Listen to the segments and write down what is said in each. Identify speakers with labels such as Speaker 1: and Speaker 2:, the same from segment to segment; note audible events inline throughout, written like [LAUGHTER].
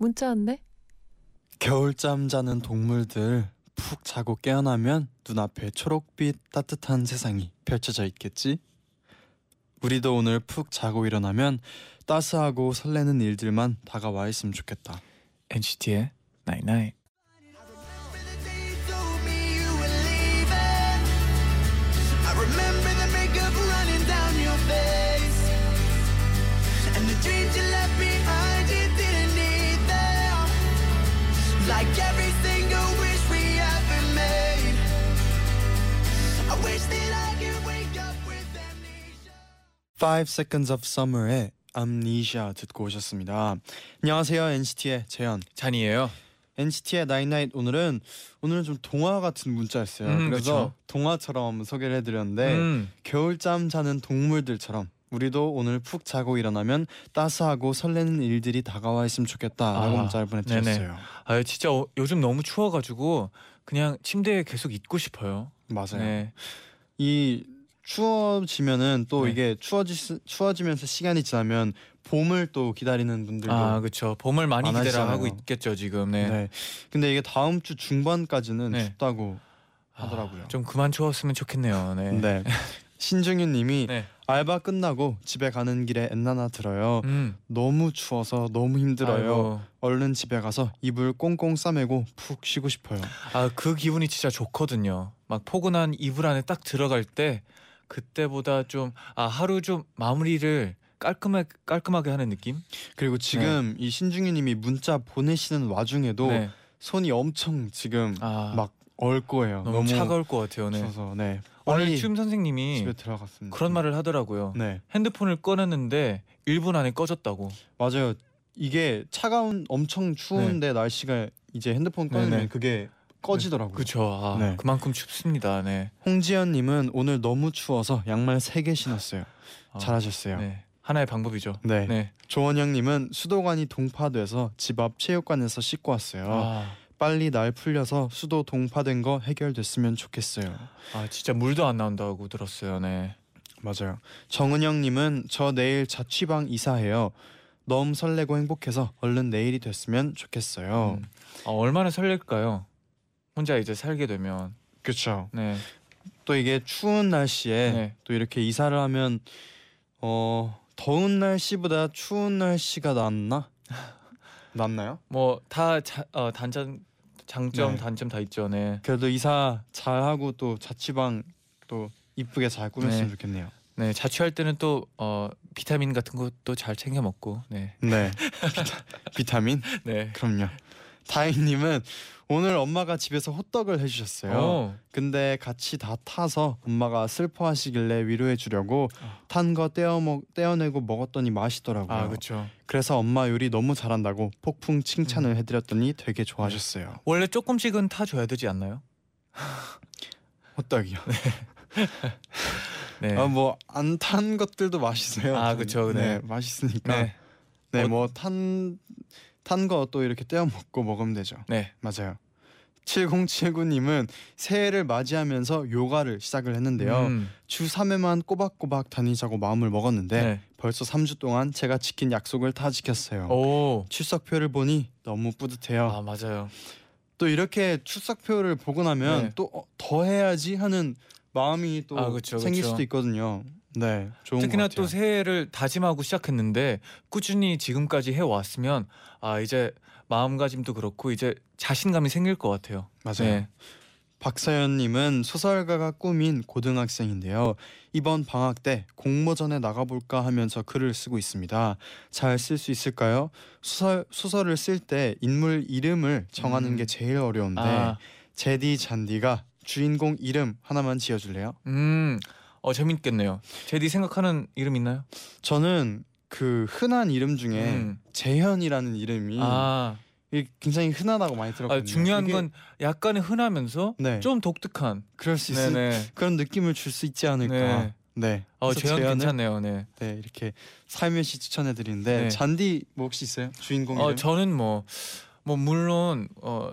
Speaker 1: 문자 왔네.
Speaker 2: 겨울잠 자는 동물들 푹 자고 깨어나면 눈앞에 초록빛 따뜻한 세상이 펼쳐져 있겠지? 우리도 오늘 푹 자고 일어나면 따스하고 설레는 일들만 다가와 있으면 좋겠다.
Speaker 3: NCT의 Night Night
Speaker 4: Like every single wish we ever made. I wish that I could wake up with amnesia.
Speaker 2: 5 Seconds of Summer의 Amnesia 듣고 오셨습니다. 안녕하세요 NCT의 재현.
Speaker 3: 잔이에요
Speaker 2: NCT의 나잇나잇 오늘은 오늘은 좀 동화 같은 문자였어요.
Speaker 3: 음, 그쵸.
Speaker 2: 그래서 동화처럼 소개를 해드렸는데
Speaker 3: 음.
Speaker 2: 겨울잠 자는 동물들처럼 우리도 오늘 푹 자고 일어나면 따스하고 설레는 일들이 다가와 있으면 좋겠다라고
Speaker 3: 아,
Speaker 2: 문자를 보내드렸어요.
Speaker 3: 아 진짜 어- 요즘 너무 추워가지고 그냥 침대에 계속 있고 싶어요.
Speaker 2: 맞아요.
Speaker 3: 네.
Speaker 2: 이 추워지면은 또
Speaker 3: 네.
Speaker 2: 이게 추워지 추워지면서 시간이 지나면 봄을 또 기다리는 분들도
Speaker 3: 아 그렇죠. 봄을 많이 기대라
Speaker 2: 많아지잖아요.
Speaker 3: 하고 있겠죠 지금.
Speaker 2: 네.
Speaker 3: 네.
Speaker 2: 근데 이게 다음 주 중반까지는
Speaker 3: 네.
Speaker 2: 춥다고
Speaker 3: 아,
Speaker 2: 하더라고요.
Speaker 3: 좀 그만 추웠으면 좋겠네요. 네. [LAUGHS]
Speaker 2: 네. 신중윤님이
Speaker 3: 네.
Speaker 2: 알바 끝나고 집에 가는 길에 엔나나 들어요.
Speaker 3: 음.
Speaker 2: 너무 추워서 너무 힘들어요.
Speaker 3: 아이고.
Speaker 2: 얼른 집에 가서 이불 꽁꽁 싸매고 푹 쉬고 싶어요.
Speaker 3: 아, 그 기분이 진짜 좋거든요. 막 포근한 이불 안에 딱 들어갈 때 그때보다 좀 아, 하루 좀 마무리를 깔끔하, 깔끔하게 하는 느낌?
Speaker 2: 그리고 지금 이 신중희님이 문자 보내시는 와중에도
Speaker 3: 네.
Speaker 2: 손이 엄청 지금
Speaker 3: 아,
Speaker 2: 막 얼 거예요.
Speaker 3: 너무, 차가울 것 같아요. 네.
Speaker 2: 추워서 네.
Speaker 3: 오늘
Speaker 2: 빨리
Speaker 3: 춤
Speaker 2: 집에
Speaker 3: 선생님이
Speaker 2: 들어갔습니다.
Speaker 3: 그런 말을 하더라고요.
Speaker 2: 네
Speaker 3: 핸드폰을 꺼냈는데 1분 안에 꺼졌다고.
Speaker 2: 맞아요. 이게 차가운 엄청 추운데 날씨가 이제 핸드폰 꺼내면
Speaker 3: 네. 네네.
Speaker 2: 그게 꺼지더라고요.
Speaker 3: 그렇죠. 아,
Speaker 2: 네.
Speaker 3: 그만큼 춥습니다. 네.
Speaker 2: 홍지연님은 오늘 너무 추워서 양말 3개 신었어요.
Speaker 3: 아,
Speaker 2: 잘하셨어요.
Speaker 3: 네. 하나의 방법이죠.
Speaker 2: 네.
Speaker 3: 네.
Speaker 2: 조원영님은 수도관이 동파돼서 집 앞 체육관에서 씻고 왔어요.
Speaker 3: 아,
Speaker 2: 빨리 날 풀려서 수도 동파된 거 해결됐으면 좋겠어요.
Speaker 3: 아, 진짜 물도 안 나온다고 들었어요. 네.
Speaker 2: 맞아요. 정은영님은 저 내일 자취방 이사해요. 너무 설레고 행복해서 얼른 내일이 됐으면 좋겠어요.
Speaker 3: 음. 아, 얼마나 설렐까요? 혼자 이제 살게 되면.
Speaker 2: 그렇죠.
Speaker 3: 네.
Speaker 2: 또 이게 추운 날씨에
Speaker 3: 네.
Speaker 2: 또 이렇게 이사를 하면 어 더운 날씨보다 추운 날씨가 낫나? [LAUGHS] 낫나요?
Speaker 3: 뭐 다 어, 단점 장점
Speaker 2: 네.
Speaker 3: 단점 다 있죠. 네.
Speaker 2: 그래도 이사 잘 하고 또 자취방 또 이쁘게 잘 꾸몄으면
Speaker 3: 네.
Speaker 2: 좋겠네요.
Speaker 3: 네, 자취할 때는 또 어, 비타민 같은 것도 잘 챙겨 먹고. 네.
Speaker 2: [LAUGHS] 네. 비타- 비타민.
Speaker 3: 네.
Speaker 2: 그럼요. 다인님은 오늘 엄마가 집에서 호떡을 해주셨어요.
Speaker 3: 어.
Speaker 2: 근데 같이 다 타서 엄마가 슬퍼하시길래 위로해 주려고
Speaker 3: 아.
Speaker 2: 탄 거 떼어 먹 떼어내고 먹었더니 맛있더라고요.
Speaker 3: 아, 그렇죠.
Speaker 2: 그래서 엄마 요리 너무 잘한다고 폭풍 칭찬을
Speaker 3: 음.
Speaker 2: 해드렸더니 되게 좋아하셨어요.
Speaker 3: 원래 조금씩은 타 줘야 되지 않나요?
Speaker 2: 호떡이요.
Speaker 3: 네.
Speaker 2: 아뭐안 탄 것들도 맛있어요.
Speaker 3: 아, 그쵸, 네.
Speaker 2: 네, 맛있으니까.
Speaker 3: 네.
Speaker 2: 네,
Speaker 3: 어-
Speaker 2: 뭐 탄 탄 거 또 이렇게 떼어 먹고 먹으면 되죠.
Speaker 3: 네.
Speaker 2: 맞아요. 7079님은 새해를 맞이하면서 요가를 시작을 했는데요.
Speaker 3: 음,
Speaker 2: 주 3회만 꼬박꼬박 다니자고 마음을 먹었는데
Speaker 3: 네.
Speaker 2: 벌써 3주 동안 제가 지킨 약속을 다 지켰어요.
Speaker 3: 오.
Speaker 2: 출석표를 보니 너무 뿌듯해요.
Speaker 3: 아, 맞아요.
Speaker 2: 또 이렇게 출석표를 보고 나면
Speaker 3: 네.
Speaker 2: 또 어, 더 해야지 하는 마음이 또
Speaker 3: 아, 그쵸,
Speaker 2: 생길
Speaker 3: 그쵸.
Speaker 2: 수도 있거든요. 네, 좋은 것
Speaker 3: 특히나
Speaker 2: 같아요.
Speaker 3: 또 새해를 다짐하고 시작했는데 꾸준히 지금까지 해 왔으면 아, 이제 마음가짐도 그렇고 이제 자신감이 생길 것 같아요. 네.
Speaker 2: 맞아요. 박서연님은 소설가가 꿈인 고등학생인데요. 이번 방학 때 공모전에 나가볼까 하면서 글을 쓰고 있습니다. 잘 쓸 수 있을까요? 소설 소설을 쓸 때 인물 이름을 정하는
Speaker 3: 음.
Speaker 2: 게 제일 어려운데
Speaker 3: 아,
Speaker 2: 제디 잔디가 주인공 이름 하나만 지어줄래요?
Speaker 3: 음, 어 재밌겠네요. 제디 생각하는 이름 있나요?
Speaker 2: 저는 그 흔한 이름 중에
Speaker 3: 음.
Speaker 2: 재현이라는 이름이
Speaker 3: 아,
Speaker 2: 이게 굉장히 흔하다고 많이
Speaker 3: 아,
Speaker 2: 들었거든요.
Speaker 3: 중요한
Speaker 2: 음. 이게-
Speaker 3: 건 약간의 흔하면서
Speaker 2: 네.
Speaker 3: 좀 독특한
Speaker 2: 그럴 수 있을
Speaker 3: 네네.
Speaker 2: 그런 느낌을 줄 수 있지
Speaker 3: 네.
Speaker 2: 않을까. 네.
Speaker 3: 어
Speaker 2: 그래서
Speaker 3: 재현
Speaker 2: 재현을
Speaker 3: 괜찮네요. 네.
Speaker 2: 네 이렇게 살며시 추천해 드리는데
Speaker 3: 네.
Speaker 2: 잔디 뭐 혹시 있어요? 주인공
Speaker 3: 어
Speaker 2: 이름?
Speaker 3: 저는 뭐 뭐 물론 어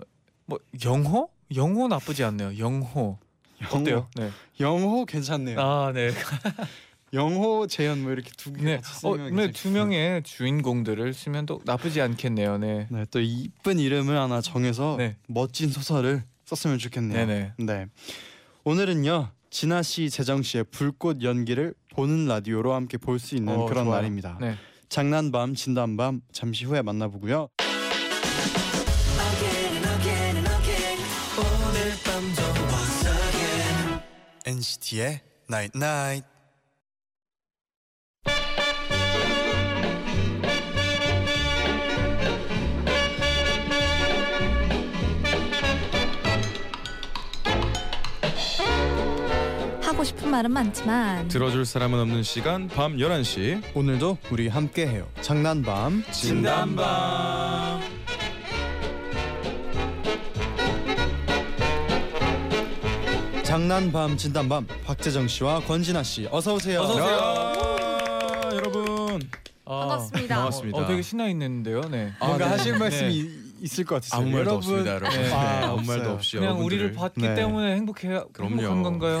Speaker 3: 뭐 영호? 영호 나쁘지 않네요. 영호.
Speaker 2: 영호.
Speaker 3: 어때요? 네.
Speaker 2: 영호 괜찮네요.
Speaker 3: 아, 네.
Speaker 2: 영호, 재현 뭐 이렇게 두 개
Speaker 3: 네.
Speaker 2: 같이
Speaker 3: 어,
Speaker 2: 쓰면
Speaker 3: 네, 두 명의 주인공들을 쓰면 또 나쁘지 않겠네요. 네.
Speaker 2: 네또 이쁜 이름을 하나 정해서
Speaker 3: 네.
Speaker 2: 멋진 소설을 썼으면 좋겠네요.
Speaker 3: 네, 네.
Speaker 2: 네. 오늘은요 진아 씨, 재정 씨의 불꽃 연기를 보는 라디오로 함께 볼 수 있는
Speaker 3: 어,
Speaker 2: 그런
Speaker 3: 좋아요.
Speaker 2: 날입니다.
Speaker 3: 네.
Speaker 2: 장난밤, 진담밤 잠시 후에 만나보고요.
Speaker 4: Again and again and again. 오늘 밤도 once again.
Speaker 2: NCT의 Night Night.
Speaker 1: 하고 싶은 말은 많지만
Speaker 5: 들어줄 사람은 없는 시간 밤 11시
Speaker 2: 오늘도 우리 함께해요. 장난밤,
Speaker 5: 진담밤
Speaker 2: 장난밤, 진담밤. 박재정 씨와 권진아 씨, 어서 오세요.
Speaker 3: 어서 오세요.
Speaker 5: 야, 여러분
Speaker 3: 아,
Speaker 1: 반갑습니다.
Speaker 5: 반갑습니다.
Speaker 3: 어, 되게 신나 있는데요. 네.
Speaker 2: 뭔가
Speaker 3: 네.
Speaker 2: 하실
Speaker 3: 네.
Speaker 2: 말씀이 있을 것 같으세요.
Speaker 5: 아, 아무 말도
Speaker 2: 여러분,
Speaker 5: 없습니다 여러분
Speaker 3: 네.
Speaker 5: 네, 아무
Speaker 2: 없어요.
Speaker 5: 말도 없이
Speaker 3: 그냥 우리를
Speaker 5: 여러분들을-
Speaker 3: 봤기
Speaker 2: 네.
Speaker 3: 때문에 행복해
Speaker 5: 그럼요.
Speaker 3: 행복한 건가요?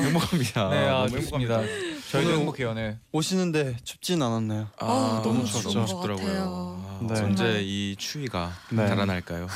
Speaker 3: [LAUGHS]
Speaker 5: 행복합니다
Speaker 3: 네, 아,
Speaker 5: 너무
Speaker 3: 좋습니다.
Speaker 5: 행복합니다.
Speaker 3: 저희도
Speaker 2: 오늘-
Speaker 3: 행복해요. 네.
Speaker 2: 오시는데 춥진 않았나요?
Speaker 5: 아,
Speaker 1: 아,
Speaker 5: 너무
Speaker 2: 너무
Speaker 5: 춥죠
Speaker 2: 추운
Speaker 5: 너무
Speaker 1: 것
Speaker 5: 춥더라고요
Speaker 1: 같아요.
Speaker 5: 아,
Speaker 2: 네. [LAUGHS]
Speaker 5: 언제
Speaker 1: 정말.
Speaker 5: 이 추위가
Speaker 2: 네.
Speaker 5: 달아날까요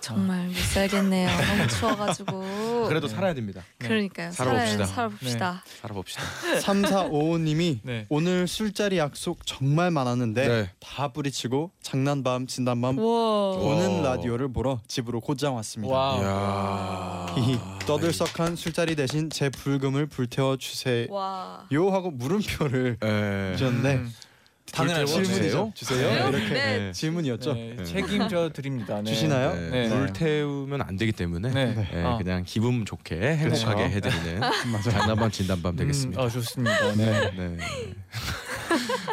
Speaker 1: 정말 못 살겠네요. 너무 추워가지고.
Speaker 5: 그래도
Speaker 3: 네.
Speaker 5: 살아야 됩니다
Speaker 1: 그러니까요.
Speaker 5: 살아봅시다.
Speaker 1: 살아야 살아봅시다.
Speaker 5: 살아봅시다
Speaker 2: 3455님이
Speaker 3: 네.
Speaker 2: 오늘 술자리 약속 정말 많았는데
Speaker 5: 네.
Speaker 2: 다 뿌리치고 장난밤 진단밤
Speaker 1: 네. 와.
Speaker 2: 보는
Speaker 5: 오.
Speaker 2: 라디오를 보러 집으로 곧장 왔습니다.
Speaker 3: 와. 아.
Speaker 5: 이야
Speaker 2: 히히.
Speaker 5: 네.
Speaker 2: 떠들썩한 술자리 대신 제 불금을 불태워 주세요
Speaker 1: 와.
Speaker 2: 하고 물음표를
Speaker 5: 예.
Speaker 2: 주셨는데
Speaker 3: 음,
Speaker 5: 당연하죠.
Speaker 2: 질문이죠.
Speaker 5: 주세요?
Speaker 2: 주세요.
Speaker 5: 네.
Speaker 2: 이렇게
Speaker 1: 네.
Speaker 5: 네.
Speaker 2: 질문이었죠.
Speaker 3: 네,
Speaker 5: 네.
Speaker 3: 책임져 드립니다. 네.
Speaker 2: 주시나요?
Speaker 3: 네.
Speaker 5: 네. 불 태우면 안 되기 때문에
Speaker 3: 네.
Speaker 5: 예,
Speaker 3: 아.
Speaker 5: 그냥 기분 좋게 행복하게
Speaker 2: 그렇죠. [LAUGHS]
Speaker 5: 해드리는
Speaker 2: 맞아요. 어.
Speaker 5: 장난밤 진단밤
Speaker 3: 음,
Speaker 5: 되겠습니다.
Speaker 3: 아, 좋습니다. 네.
Speaker 2: 네.
Speaker 5: 네.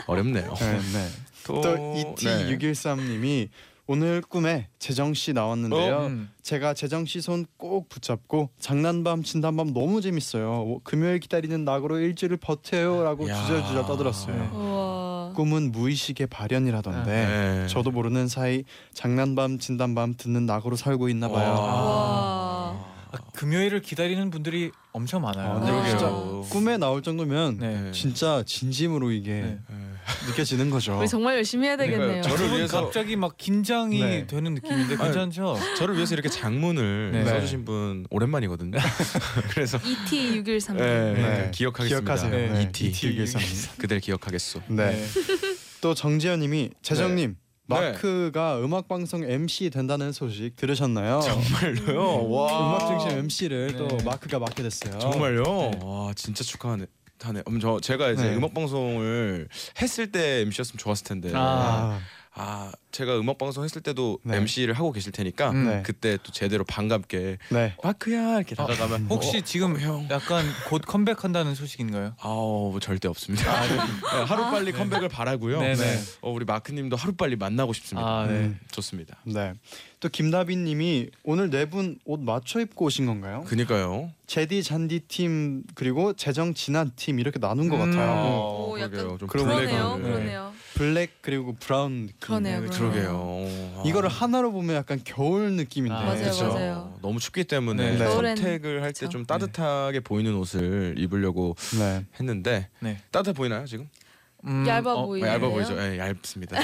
Speaker 5: 어렵네요.
Speaker 2: 네. 네. 또 ET613님이 오늘 꿈에 재정 씨 나왔는데요.
Speaker 5: 어,
Speaker 3: 음.
Speaker 2: 제가 재정 씨 손 꼭 붙잡고 장난밤 진단밤 너무 재밌어요. 오, 금요일 기다리는 낙으로 일주를 버텨요라고
Speaker 5: 야.
Speaker 2: 주저주저 떠들었어요.
Speaker 1: 우와.
Speaker 2: 꿈은 무의식의 발현이라던데
Speaker 5: 네.
Speaker 2: 저도 모르는 사이 장난밤 진단밤 듣는 낙으로 살고 있나 봐요.
Speaker 1: 아.
Speaker 5: 와.
Speaker 1: 와.
Speaker 3: 아, 금요일을 기다리는 분들이 엄청 많아요.
Speaker 2: 아,
Speaker 1: 네, 그러게요.
Speaker 2: 진짜 꿈에 나올 정도면
Speaker 3: 네.
Speaker 2: 진짜 진심으로 이게
Speaker 3: 네.
Speaker 5: 예.
Speaker 2: 느껴지는 거죠.
Speaker 1: 우리 정말 열심히 해야 되겠네요.
Speaker 5: 그러니까요. 저를
Speaker 3: 저를
Speaker 5: 위해서- 아,
Speaker 3: 갑자기 막 긴장이
Speaker 2: 네.
Speaker 3: 되는 느낌인데 괜찮죠?
Speaker 5: 저를 위해서 이렇게 장문을
Speaker 3: 네.
Speaker 5: 써주신 분
Speaker 2: [LAUGHS]
Speaker 5: 오랜만이거든요. 그래서
Speaker 1: ET 613.
Speaker 5: 네.
Speaker 2: 네.
Speaker 5: 기억하겠습니다.
Speaker 2: 기억하세요.
Speaker 3: 네.
Speaker 2: 네.
Speaker 5: ET.
Speaker 2: ET613.
Speaker 5: 그댈 기억하겠소.
Speaker 2: 네. 또 정재현님이 재정님
Speaker 5: 네.
Speaker 2: 마크가 음악 방송 MC 된다는 소식 들으셨나요?
Speaker 5: 정말로요.
Speaker 2: 음악 중심 MC를
Speaker 3: 네.
Speaker 2: 또 마크가 맡게 됐어요.
Speaker 5: 정말요. 와 진짜 축하하네. 하네. 음, 저 제가 이제
Speaker 2: 네.
Speaker 5: 음악 방송을 했을 때 MC였으면 좋았을 텐데.
Speaker 3: 아.
Speaker 5: 아,
Speaker 2: 아,
Speaker 5: 제가 음악 방송 했을 때도
Speaker 2: 네.
Speaker 5: MC를 하고 계실 테니까
Speaker 3: 음.
Speaker 2: 네.
Speaker 5: 그때 또 제대로 반갑게
Speaker 2: 네.
Speaker 5: 마크야 이렇게 어, 다가가면
Speaker 3: 아,
Speaker 5: 뭐,
Speaker 3: 혹시 지금
Speaker 5: 형.
Speaker 3: 약간 곧 컴백한다는 소식인가요?
Speaker 5: 아우 뭐 절대 없습니다. 네, 하루 빨리 컴백을 바라고요.
Speaker 3: 네네.
Speaker 5: 네. 어, 우리 마크님도 하루 빨리 만나고 싶습니다.
Speaker 3: 아,
Speaker 2: 네.
Speaker 3: 네.
Speaker 5: 좋습니다.
Speaker 2: 네. 또 김다빈님이 오늘 네 분 옷 맞춰 입고 오신 건가요?
Speaker 5: 그니까요.
Speaker 2: 제디 잔디 팀 그리고 재정 진한 팀 이렇게 나눈 것
Speaker 3: 음.
Speaker 2: 같아요. 어,
Speaker 1: 오, 약간
Speaker 5: 어, 좀
Speaker 1: 그러네요.
Speaker 5: 블랙하고.
Speaker 1: 그러네요.
Speaker 2: 블랙 그리고 브라운. 느낌.
Speaker 1: 그러네요.
Speaker 5: 네, 그러게요. 아.
Speaker 2: 음. 이거를 하나로 보면 약간 겨울 느낌인데.
Speaker 3: 아,
Speaker 1: 네, 맞아요,
Speaker 5: 그쵸.
Speaker 1: 맞아요.
Speaker 5: 너무 춥기 때문에
Speaker 3: 네.
Speaker 1: 겨울엔
Speaker 5: 선택을 할 때
Speaker 1: 그쵸.
Speaker 5: 좀 따뜻하게 보이는 옷을 입으려고
Speaker 2: 네.
Speaker 5: 했는데
Speaker 3: 네.
Speaker 5: 따뜻해 보이나요 지금?
Speaker 3: 음,
Speaker 1: 얇아
Speaker 3: 어, 네.
Speaker 1: 보이-
Speaker 5: 아, 얇아
Speaker 1: 보이네요.
Speaker 5: 보이죠? 예, [LAUGHS] 얇습니다.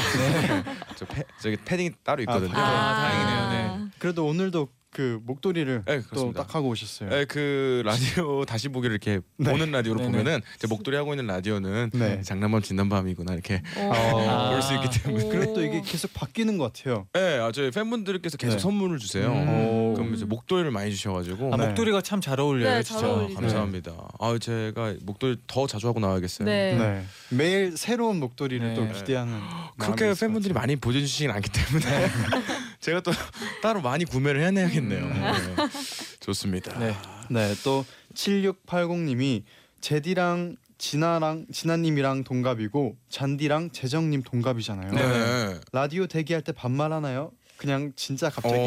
Speaker 5: 저 패, 저기 패딩이 따로 있거든요.
Speaker 1: 네.
Speaker 2: 아,
Speaker 3: 다행이네요, 네.
Speaker 2: 그래도 오늘도 그 목도리를
Speaker 5: 네,
Speaker 2: 또
Speaker 5: 그렇습니다.
Speaker 2: 딱 하고 오셨어요.
Speaker 5: 예, 그 라디오 [LAUGHS] 다시 보기를 이렇게
Speaker 2: 네.
Speaker 5: 보는 라디오로
Speaker 3: 네네.
Speaker 5: 보면은 제 목도리 하고 있는 라디오는
Speaker 2: 네.
Speaker 5: 장난밤 진단밤이구나 이렇게
Speaker 2: 아.
Speaker 5: [LAUGHS] 볼 수 있기 때문에.
Speaker 2: 그리고 또 이게 계속 바뀌는 것 같아요. 어.
Speaker 5: 예, 네, 아, 저희 팬분들께서 계속
Speaker 2: 네.
Speaker 5: 선물을 주세요. 어,
Speaker 3: 음.
Speaker 5: 그럼 이제 목도리를 많이 주셔가지고
Speaker 3: 아,
Speaker 2: 네.
Speaker 3: 목도리가 참 잘 어울려요,
Speaker 1: 네, 잘
Speaker 3: 진짜.
Speaker 5: 아,
Speaker 1: 어울리죠.
Speaker 5: 감사합니다. 아 제가 목도리 더 자주 하고 나와야겠어요.
Speaker 1: 네.
Speaker 2: 네. 매일 새로운 목도리를
Speaker 3: 네.
Speaker 2: 또 기대하는. 마음이
Speaker 5: 그렇게
Speaker 2: 있을
Speaker 5: 팬분들이
Speaker 2: 것 같아요. 네.
Speaker 5: 많이 보여주시진 않기 때문에 [LAUGHS] 제가 또 따로 많이 구매를
Speaker 2: 음.
Speaker 5: 해내야겠네요. 네. 좋습니다.
Speaker 3: 네.
Speaker 2: 네, 또 7680님이 제디랑 진아랑 진아님이랑 동갑이고 잔디랑 재정님 동갑이잖아요.
Speaker 5: 네.
Speaker 2: 라디오 대기할 때 반말하나요? 그냥 진짜 갑자기
Speaker 5: 어.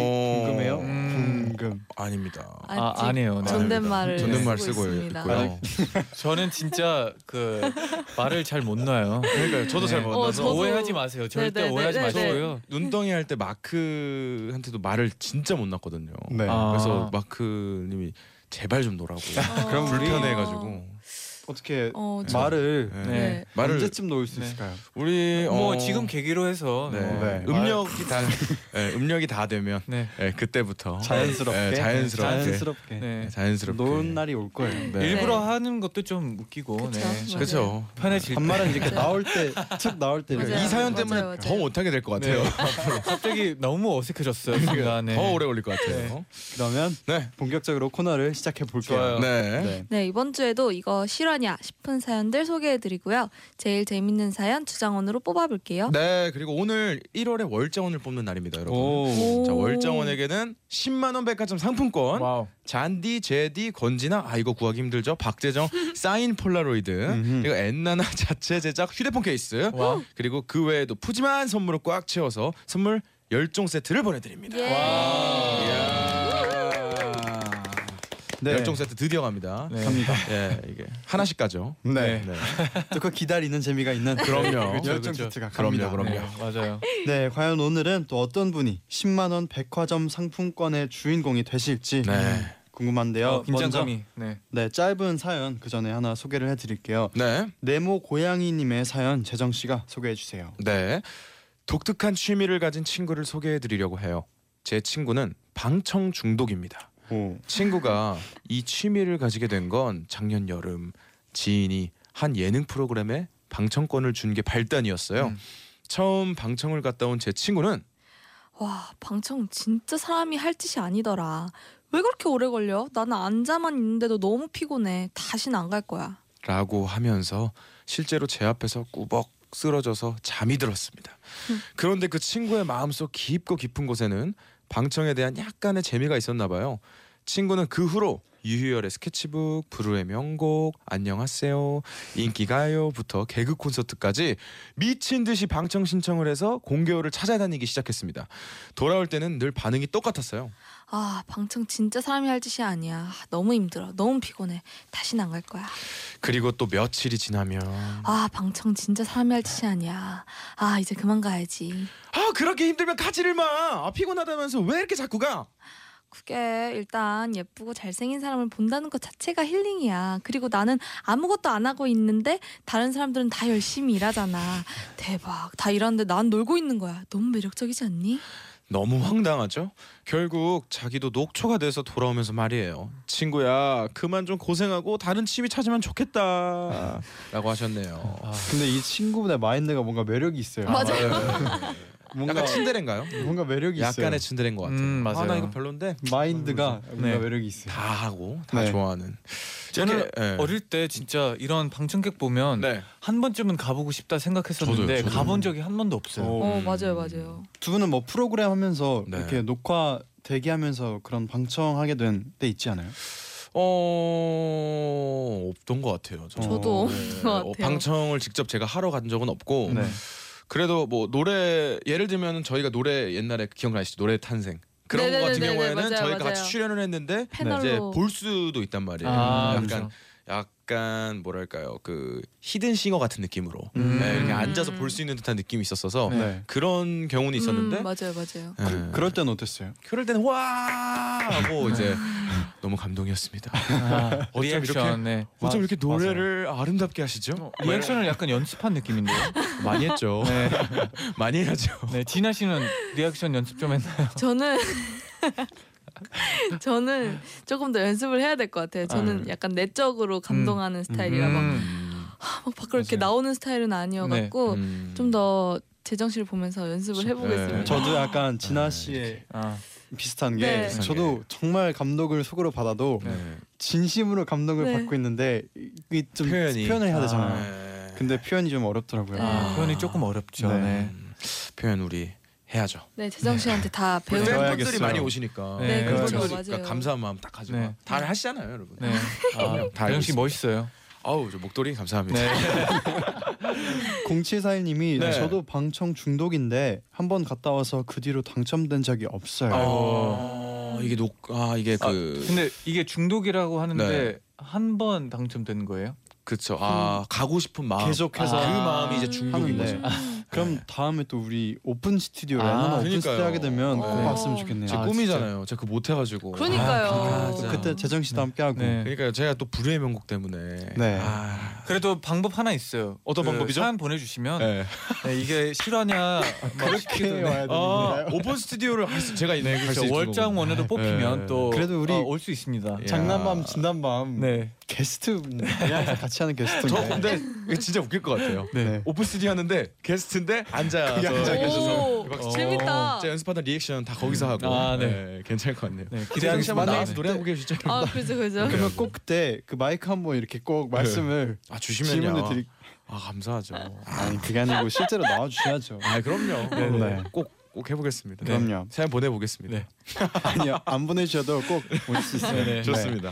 Speaker 2: 궁금해요.
Speaker 3: 음.
Speaker 2: 궁금.
Speaker 5: 아닙니다.
Speaker 3: 아,
Speaker 1: 아직
Speaker 3: 아니에요. 네.
Speaker 1: 존댓말을
Speaker 5: 존댓말
Speaker 1: 쓰고
Speaker 5: 쓰고
Speaker 1: 있습니다.
Speaker 5: 있고요.
Speaker 3: 저는 진짜 그 말을 잘 못 놔요.
Speaker 5: 그러니까 저도 잘
Speaker 3: 네.
Speaker 5: 못나서
Speaker 1: 어, 저도-
Speaker 3: 오해하지 마세요. 절대
Speaker 1: 네네네네네.
Speaker 3: 오해하지 마시고요.
Speaker 5: 눈덩이 할 때 마크한테도 말을 진짜 못 났거든요.
Speaker 2: 네.
Speaker 3: 아.
Speaker 5: 그래서 마크님이 제발 좀 놀라고
Speaker 1: 그럼
Speaker 5: 불편해가지고
Speaker 2: 어떻게
Speaker 1: 아, 어, 저-
Speaker 2: 말을
Speaker 5: 네.
Speaker 3: 네.
Speaker 5: 말을
Speaker 2: 언제쯤 놓을 수
Speaker 3: 네.
Speaker 2: 있을까요?
Speaker 5: 우리
Speaker 3: 뭐
Speaker 5: 어,
Speaker 3: 지금 계기로 해서
Speaker 5: 네.
Speaker 3: 뭐,
Speaker 2: 네.
Speaker 5: 음력이 다 네, 음력이 다 되면
Speaker 3: 네.
Speaker 5: 네, 그때부터
Speaker 2: 자연스럽게.
Speaker 5: 네, 자연스럽게
Speaker 2: 자연스럽게.
Speaker 3: 네.
Speaker 5: 자연스럽게
Speaker 2: 놓은 날이 올 거예요.
Speaker 5: 네.
Speaker 3: 일부러 하는 것도 좀 웃기고
Speaker 1: 그쵸.
Speaker 3: 네.
Speaker 5: 그렇죠.
Speaker 3: 편해질 때.
Speaker 2: 반말은 이렇게
Speaker 1: 맞아요.
Speaker 2: 나올 때툭 나올 때
Speaker 1: 네. 맞아요.
Speaker 5: 이 사연 때문에
Speaker 1: 맞아요,
Speaker 5: 더
Speaker 1: 맞아요.
Speaker 5: 못하게 될 것
Speaker 3: 네.
Speaker 5: 같아요.
Speaker 3: 갑자기 너무 어색해졌어요. 순간에.
Speaker 5: 더 오래 걸릴 것 같아요.
Speaker 2: 그러면
Speaker 5: 네.
Speaker 2: 본격적으로 코너를 시작해 볼게요.
Speaker 3: 좋아요.
Speaker 5: 네.
Speaker 1: 네 이번 주에도 이거 실화냐 싶은 사연들 소개해드리고요. 제일 재밌는 사연 주장원으로 뽑아볼게요.
Speaker 5: 네. 그리고 오늘 1월에 월장원을 뽑는 날입니다, 여러분.
Speaker 2: 오.
Speaker 5: 자
Speaker 1: 오.
Speaker 5: 월장원에게는 10만 원 백화점 상품권,
Speaker 3: 와우.
Speaker 5: 잔디, 제디, 건지나 아 이거 구하기 힘들죠.
Speaker 2: [LAUGHS]
Speaker 5: 박재정 사인 폴라로이드,
Speaker 2: 음흠. 어.
Speaker 5: 그리고 엔나나 [LAUGHS] 자체 제작 휴대폰 케이스,
Speaker 3: 와우.
Speaker 5: 그리고 그 외에도 푸짐한 선물을 꽉 채워서 선물 열종 세트를 보내드립니다.
Speaker 1: 예.
Speaker 2: 네.
Speaker 5: 열종 세트 드디어 갑니다.
Speaker 3: 네.
Speaker 2: 갑니다.
Speaker 5: 예, 이게 하나씩 가죠.
Speaker 2: 네.
Speaker 5: 네.
Speaker 2: 또 그 기다리는 재미가 있는 네.
Speaker 5: 그럼요.
Speaker 2: 열정
Speaker 3: 그쵸.
Speaker 2: 세트가
Speaker 5: 그럼요,
Speaker 2: 갑니다.
Speaker 5: 그럼요.
Speaker 3: 네, 맞아요.
Speaker 2: 네, 과연 오늘은 또 어떤 분이 10만 원 백화점 상품권의 주인공이 되실지
Speaker 5: 네.
Speaker 2: 궁금한데요.
Speaker 3: 어, 긴장감이. 네.
Speaker 2: 먼저 네, 짧은 사연 그 전에 하나 소개를 해 드릴게요.
Speaker 5: 네.
Speaker 2: 네모 고양이 님의 사연 재정 씨가 소개해 주세요.
Speaker 5: 네. 독특한 취미를 가진 친구를 소개해 드리려고 해요. 제 친구는 방청 중독입니다.
Speaker 2: 오.
Speaker 5: 친구가 이 취미를 가지게 된 건 작년 여름 지인이 한 예능 프로그램에 방청권을 준 게 발단이었어요.
Speaker 3: 음.
Speaker 5: 처음 방청을 갔다 온 제 친구는
Speaker 1: 와 방청 진짜 사람이 할 짓이 아니더라. 왜 그렇게 오래 걸려? 나는 앉아만 있는데도 너무 피곤해. 다신 안 갈 거야.
Speaker 5: 라고 하면서 실제로 제 앞에서 꾸벅 쓰러져서 잠이 들었습니다. 그런데 그 친구의 마음속 깊고 깊은 곳에는 방청에 대한 약간의 재미가 있었나 봐요. 친구는 그 후로 유희열의 스케치북, 브루의 명곡, 안녕하세요, 인기가요부터 개그 콘서트까지 미친 듯이 방청 신청을 해서 공개호를 찾아다니기 시작했습니다. 돌아올 때는 늘 반응이 똑같았어요.
Speaker 1: 아 방청 진짜 사람이 할 짓이 아니야. 아, 너무 힘들어. 너무 피곤해. 다신 안 갈 거야.
Speaker 5: 그리고 또 며칠이 지나면
Speaker 1: 아 방청 진짜 사람이 할 짓이 아니야. 아 이제 그만 가야지.
Speaker 5: 아 그렇게 힘들면 가지를 마. 아, 피곤하다면서 왜 이렇게 자꾸 가?
Speaker 1: 그게 일단 예쁘고 잘생긴 사람을 본다는 것 자체가 힐링이야. 그리고 나는 아무것도 안 하고 있는데 다른 사람들은 다 열심히 일하잖아. 대박. 다 일하는데 난 놀고 있는 거야. 너무 매력적이지 않니?
Speaker 5: 너무 황당하죠? 결국 자기도 녹초가 돼서 돌아오면서 말이에요. 친구야, 그만 좀 고생하고 다른 취미 찾으면 좋겠다. 라고 하셨네요.
Speaker 3: 아,
Speaker 2: 근데 이 친구분의 마인드가 뭔가 매력이 있어요.
Speaker 1: 맞아요.
Speaker 2: 뭔가
Speaker 5: 약간 츤데레인가요?
Speaker 2: 뭔가 매력이 있어요.
Speaker 5: 약간의 츤데레인 것 같아요.
Speaker 3: 음, 맞아요.
Speaker 5: 아, 나 이거 별론데.
Speaker 2: 마인드가 뭔가
Speaker 3: 네.
Speaker 2: 매력이 있어요.
Speaker 5: 다 하고 다
Speaker 2: 네.
Speaker 5: 좋아하는.
Speaker 3: 저는
Speaker 5: 이렇게, 예.
Speaker 3: 어릴 때 진짜 이런 방청객 보면
Speaker 5: 네.
Speaker 3: 한 번쯤은 가보고 싶다 생각했었는데
Speaker 5: 저도요, 저도요.
Speaker 3: 가본 적이 한 번도 없어요.
Speaker 2: 오.
Speaker 5: 음.
Speaker 1: 어 맞아요 맞아요.
Speaker 2: 두 분은 뭐 프로그램 하면서
Speaker 5: 네.
Speaker 2: 이렇게 녹화 대기하면서 그런 방청하게 된 때 있지 않아요?
Speaker 5: 어 없던 것 같아요. 저는.
Speaker 1: 저도 없는 것
Speaker 5: 어,
Speaker 1: 같아요.
Speaker 5: 방청을 직접 제가 하러 간 적은 없고
Speaker 2: 네.
Speaker 5: 그래도 뭐 노래 예를 들면 저희가 노래 옛날에 기억나시죠? 노래 탄생. 그런 거 같은
Speaker 1: 네네네네네,
Speaker 5: 경우에는
Speaker 1: 맞아요,
Speaker 5: 저희가
Speaker 1: 맞아요. 아,
Speaker 5: 같이 출연을 했는데 이제
Speaker 1: 패널로
Speaker 5: 볼 수도 있단 말이에요.
Speaker 3: 아,
Speaker 5: 약간
Speaker 3: 그렇죠.
Speaker 5: 약간 뭐랄까요 그 히든싱어 같은 느낌으로
Speaker 3: 음.
Speaker 5: 네, 이렇게
Speaker 1: 음.
Speaker 5: 앉아서 볼 수 있는 듯한 느낌이 있었어서
Speaker 2: 네.
Speaker 5: 그런 경우는 있었는데
Speaker 1: 음, 맞아요 맞아요.
Speaker 5: [LAUGHS] 예,
Speaker 2: 그, 그럴 땐 어땠어요?
Speaker 5: 그럴 때는 와 하고 이제 [LAUGHS] 너무 감동이었습니다.
Speaker 3: 아,
Speaker 5: 어쩜
Speaker 3: 리액션, 네. 어,
Speaker 5: 어쩜
Speaker 2: 맞-
Speaker 5: 이렇게 노래를 아름답게 하시죠?
Speaker 3: 리액션을 약간 연습한 느낌인데요.
Speaker 5: 많이 했죠.
Speaker 3: 네,
Speaker 5: [LAUGHS] 많이 해야죠.
Speaker 3: 네, 진아 씨는 리액션 연습 좀 했나요?
Speaker 1: 저는 [LAUGHS] 저는 조금 더 연습을 해야 될 것 같아요. 저는
Speaker 3: 아.
Speaker 1: 약간
Speaker 5: 음,
Speaker 1: 내적으로 감동하는 스타일이라 막,
Speaker 3: 음.
Speaker 1: 막 밖으로 이렇게
Speaker 3: 맞아요.
Speaker 1: 나오는 스타일은 아니어갖고
Speaker 5: 음.
Speaker 1: 좀 더 재정 씨를 보면서 연습을 해보겠습니다.
Speaker 5: 네.
Speaker 2: 저도 약간 진아
Speaker 5: 아,
Speaker 2: 씨의
Speaker 3: 아,
Speaker 2: 비슷한 게
Speaker 1: 네.
Speaker 2: 저도 정말 감독을 속으로 받아도
Speaker 5: 네.
Speaker 2: 진심으로 감독을
Speaker 1: 네.
Speaker 2: 받고 있는데 이좀
Speaker 5: 표현이.
Speaker 2: 표현을 해야 되잖아요.
Speaker 5: 네.
Speaker 2: 근데 표현이 좀 어렵더라고요.
Speaker 1: 네.
Speaker 3: 아, 표현이 조금 어렵죠.
Speaker 2: 네.
Speaker 3: 네.
Speaker 5: 음, 표현 우리 해야죠.
Speaker 1: 네, 재정 씨한테 다 배운
Speaker 2: 네.
Speaker 1: 거.
Speaker 5: 팬분들이 많이 오시니까
Speaker 3: 네,
Speaker 5: 팬분들이
Speaker 3: 그렇죠.
Speaker 5: 오시니까
Speaker 1: 맞아요.
Speaker 5: 감사한 마음 딱 가지고
Speaker 3: 네.
Speaker 5: 다 하시잖아요, 여러분.
Speaker 3: 네.
Speaker 5: 그럼요.
Speaker 3: 아,
Speaker 5: 다 알고
Speaker 3: 대영 씨
Speaker 5: 있습니다.
Speaker 3: 멋있어요.
Speaker 5: 아우 저 목도리 감사합니다.
Speaker 3: 네.
Speaker 5: [LAUGHS]
Speaker 2: 0741님이
Speaker 5: 네.
Speaker 2: 저도 방청 중독인데 한 번 갔다 와서 그 뒤로 당첨된 적이 없어요.
Speaker 5: 아, 이게 녹 아 이게
Speaker 3: 아,
Speaker 5: 그
Speaker 3: 근데 이게 중독이라고 하는데
Speaker 5: 네.
Speaker 3: 한 번 당첨된 거예요?
Speaker 5: 그쵸 아 가고 싶은 마음
Speaker 2: 계속해서 네.
Speaker 5: 그
Speaker 3: 아.
Speaker 5: 마음이 이제 중독인 거죠.
Speaker 2: 하는데. 아, 그럼 다음에 또 우리 오픈 스튜디오
Speaker 3: 아,
Speaker 2: 랜덤 오픈 스튜디오
Speaker 5: 그러니까요.
Speaker 2: 하게 되면 꼭
Speaker 5: 네.
Speaker 2: 봤으면 좋겠네요.
Speaker 5: 제
Speaker 2: 아,
Speaker 5: 꿈이잖아요. 제가 그거 못 해가지고.
Speaker 1: 그러니까요.
Speaker 5: 아,
Speaker 2: 진짜.
Speaker 5: 진짜.
Speaker 2: 그때 재정 씨도 함께 하고.
Speaker 3: 네.
Speaker 5: 그러니까 제가 또 불후의 명곡 때문에.
Speaker 2: 네.
Speaker 5: 아,
Speaker 3: 그래도 방법 하나 있어요.
Speaker 5: 어떤
Speaker 3: 그
Speaker 5: 방법이죠?
Speaker 3: 사연 보내주시면
Speaker 5: 네.
Speaker 3: 네, 이게 실화냐 막
Speaker 2: 그렇게
Speaker 3: 시키던데. 어,
Speaker 2: 와야
Speaker 5: 아,
Speaker 2: 되는데.
Speaker 5: 오픈 스튜디오를 할 수, 제가 있는
Speaker 3: 네,
Speaker 5: 할수
Speaker 3: 그렇죠.
Speaker 5: 있는
Speaker 3: 월장
Speaker 5: 거구나.
Speaker 3: 원에도 뽑히면
Speaker 5: 네.
Speaker 3: 또 아,
Speaker 2: 그래도 우리-
Speaker 3: 올 수 있습니다.
Speaker 5: 예.
Speaker 2: 장난밤 진단밤
Speaker 3: 네.
Speaker 2: 게스트 분이랑 같이 하는 게스트.
Speaker 5: 저 근데 이게 진짜 웃길 것 같아요.
Speaker 2: 네.
Speaker 5: 오픈 스튜디오 하는데 게스트인데 앉아서
Speaker 2: 그게 앉아
Speaker 5: 계셔서
Speaker 1: 오,
Speaker 5: 네, 대박.
Speaker 1: 재밌다.
Speaker 5: 제가 어, 연습하던 리액션 다 거기서 하고.
Speaker 3: 아,
Speaker 5: 네.
Speaker 3: 네.
Speaker 5: 괜찮을 것 같네요.
Speaker 3: 네,
Speaker 5: 기대하기
Speaker 3: 기대하겠습니다.
Speaker 5: 시작하면 나와서
Speaker 3: 네.
Speaker 5: 노래하고 계시죠.
Speaker 1: 아, 그죠, 그죠.
Speaker 5: 그래요.
Speaker 2: 그러면 꼭 그때 그 마이크 한 번 이렇게 꼭 말씀을
Speaker 5: 아 주시면요.
Speaker 2: 질문을 드릴.
Speaker 5: 아
Speaker 1: 네.
Speaker 5: 감사하죠.
Speaker 2: 아니 그게 아니고 실제로 나와 주셔야죠.
Speaker 5: 아 그럼요.
Speaker 2: 네, 네.
Speaker 5: 꼭 꼭 해보겠습니다.
Speaker 2: 네. 그럼요.
Speaker 5: 사연 보내보겠습니다.
Speaker 3: 네.
Speaker 2: [LAUGHS] 아니요 안 보내주셔도 꼭 올 수 있어요.
Speaker 3: 네, 네.
Speaker 5: 좋습니다.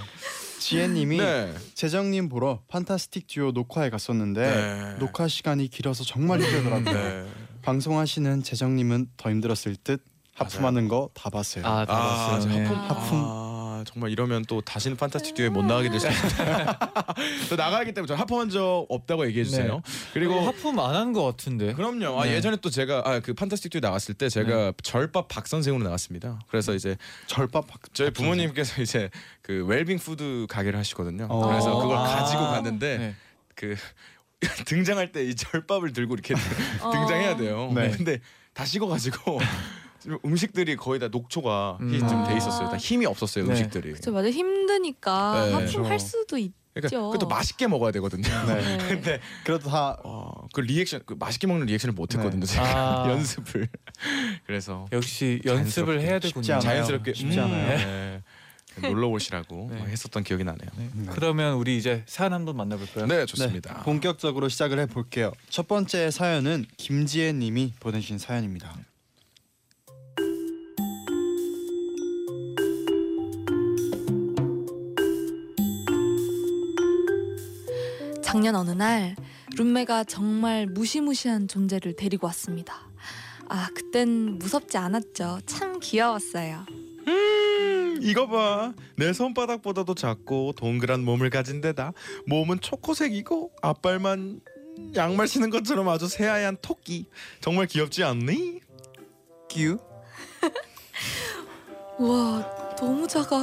Speaker 2: 지혜님이
Speaker 5: 네.
Speaker 2: 재정님 보러 판타스틱 듀오 녹화에 갔었는데
Speaker 5: 네.
Speaker 2: 녹화 시간이 길어서 정말 힘들더라고요.
Speaker 5: 네.
Speaker 2: 방송하시는 재정님은 더 힘들었을 듯 하품하는 거 다 봤어요.
Speaker 3: 아, 다
Speaker 5: 아,
Speaker 3: 봤어요.
Speaker 5: 저
Speaker 3: 네.
Speaker 5: 하품
Speaker 2: 하품.
Speaker 5: 아, 정말 이러면 또 다시는 판타스틱 듀오에 못
Speaker 1: 네.
Speaker 5: 나가게 될 수 있습니다. [LAUGHS] 또 나가기 때문에 저 하품한 적 없다고 얘기해 주세요.
Speaker 3: 네.
Speaker 5: 그리고
Speaker 3: 그리고 하품 안 한 것 같은데.
Speaker 5: 그럼요. 아,
Speaker 3: 네.
Speaker 5: 예전에 또 제가 아, 그 판타스틱 듀오 나갔을 때 제가 절밥 박 선생으로 나갔습니다.
Speaker 1: 네.
Speaker 5: 그래서 이제
Speaker 2: 절밥 박-
Speaker 5: 저희 부모님께서 [LAUGHS] 이제 그 웰빙 푸드 가게를 하시거든요.
Speaker 2: 어.
Speaker 5: 그래서 그걸
Speaker 3: 아.
Speaker 5: 가지고 갔는데
Speaker 3: 네.
Speaker 5: 그 [LAUGHS] 등장할 때 이 절밥을
Speaker 2: [LAUGHS]
Speaker 5: 들고 이렇게 등장해야 돼요.
Speaker 2: 어. 네.
Speaker 5: 근데 다 식어가지고 [LAUGHS] 지금 음식들이 거의 다 녹초가
Speaker 3: 음.
Speaker 5: 좀돼
Speaker 1: 아.
Speaker 5: 있었어요. 다 힘이 없었어요
Speaker 3: 네.
Speaker 5: 음식들이.
Speaker 1: 그쵸, 맞아. 힘드니까
Speaker 5: 네.
Speaker 1: 하품 할
Speaker 2: 그렇죠.
Speaker 1: 수도 있죠.
Speaker 5: 그러니까 그것도 맛있게 먹어야 되거든요.
Speaker 2: 네.
Speaker 5: [LAUGHS] 근데
Speaker 2: 그래도 다
Speaker 5: 어, 그 리액션 그 맛있게 먹는 리액션을 못했거든요.
Speaker 2: 네.
Speaker 5: 제가
Speaker 3: 아.
Speaker 5: [LAUGHS] 연습을 그래서
Speaker 3: 역시
Speaker 5: 자연스럽게.
Speaker 3: 연습을 해야 되군요.
Speaker 2: 쉽지 않아요.
Speaker 5: 자연스럽게
Speaker 2: 쉽지 않아요.
Speaker 5: 네. 놀러 오시라고
Speaker 3: 네.
Speaker 5: 막 했었던 기억이 나네요.
Speaker 3: 네. 그러면 우리 이제 사연 한번 만나볼까요?
Speaker 5: 네 좋습니다.
Speaker 2: 네, 본격적으로 시작을 해볼게요. 첫 번째 사연은 김지혜님이 보내주신 사연입니다.
Speaker 1: 작년 어느 날 룸메가 정말 무시무시한 존재를 데리고 왔습니다. 아 그땐 무섭지 않았죠. 참 귀여웠어요.
Speaker 5: 이거 봐. 내 손바닥보다도 작고 동그란 몸을 가진 데다 몸은 초코색이고 앞발만 양말 신은 것처럼 아주 새하얀 토끼. 정말 귀엽지 않니?
Speaker 2: 끼우
Speaker 1: 우와 너무 작아.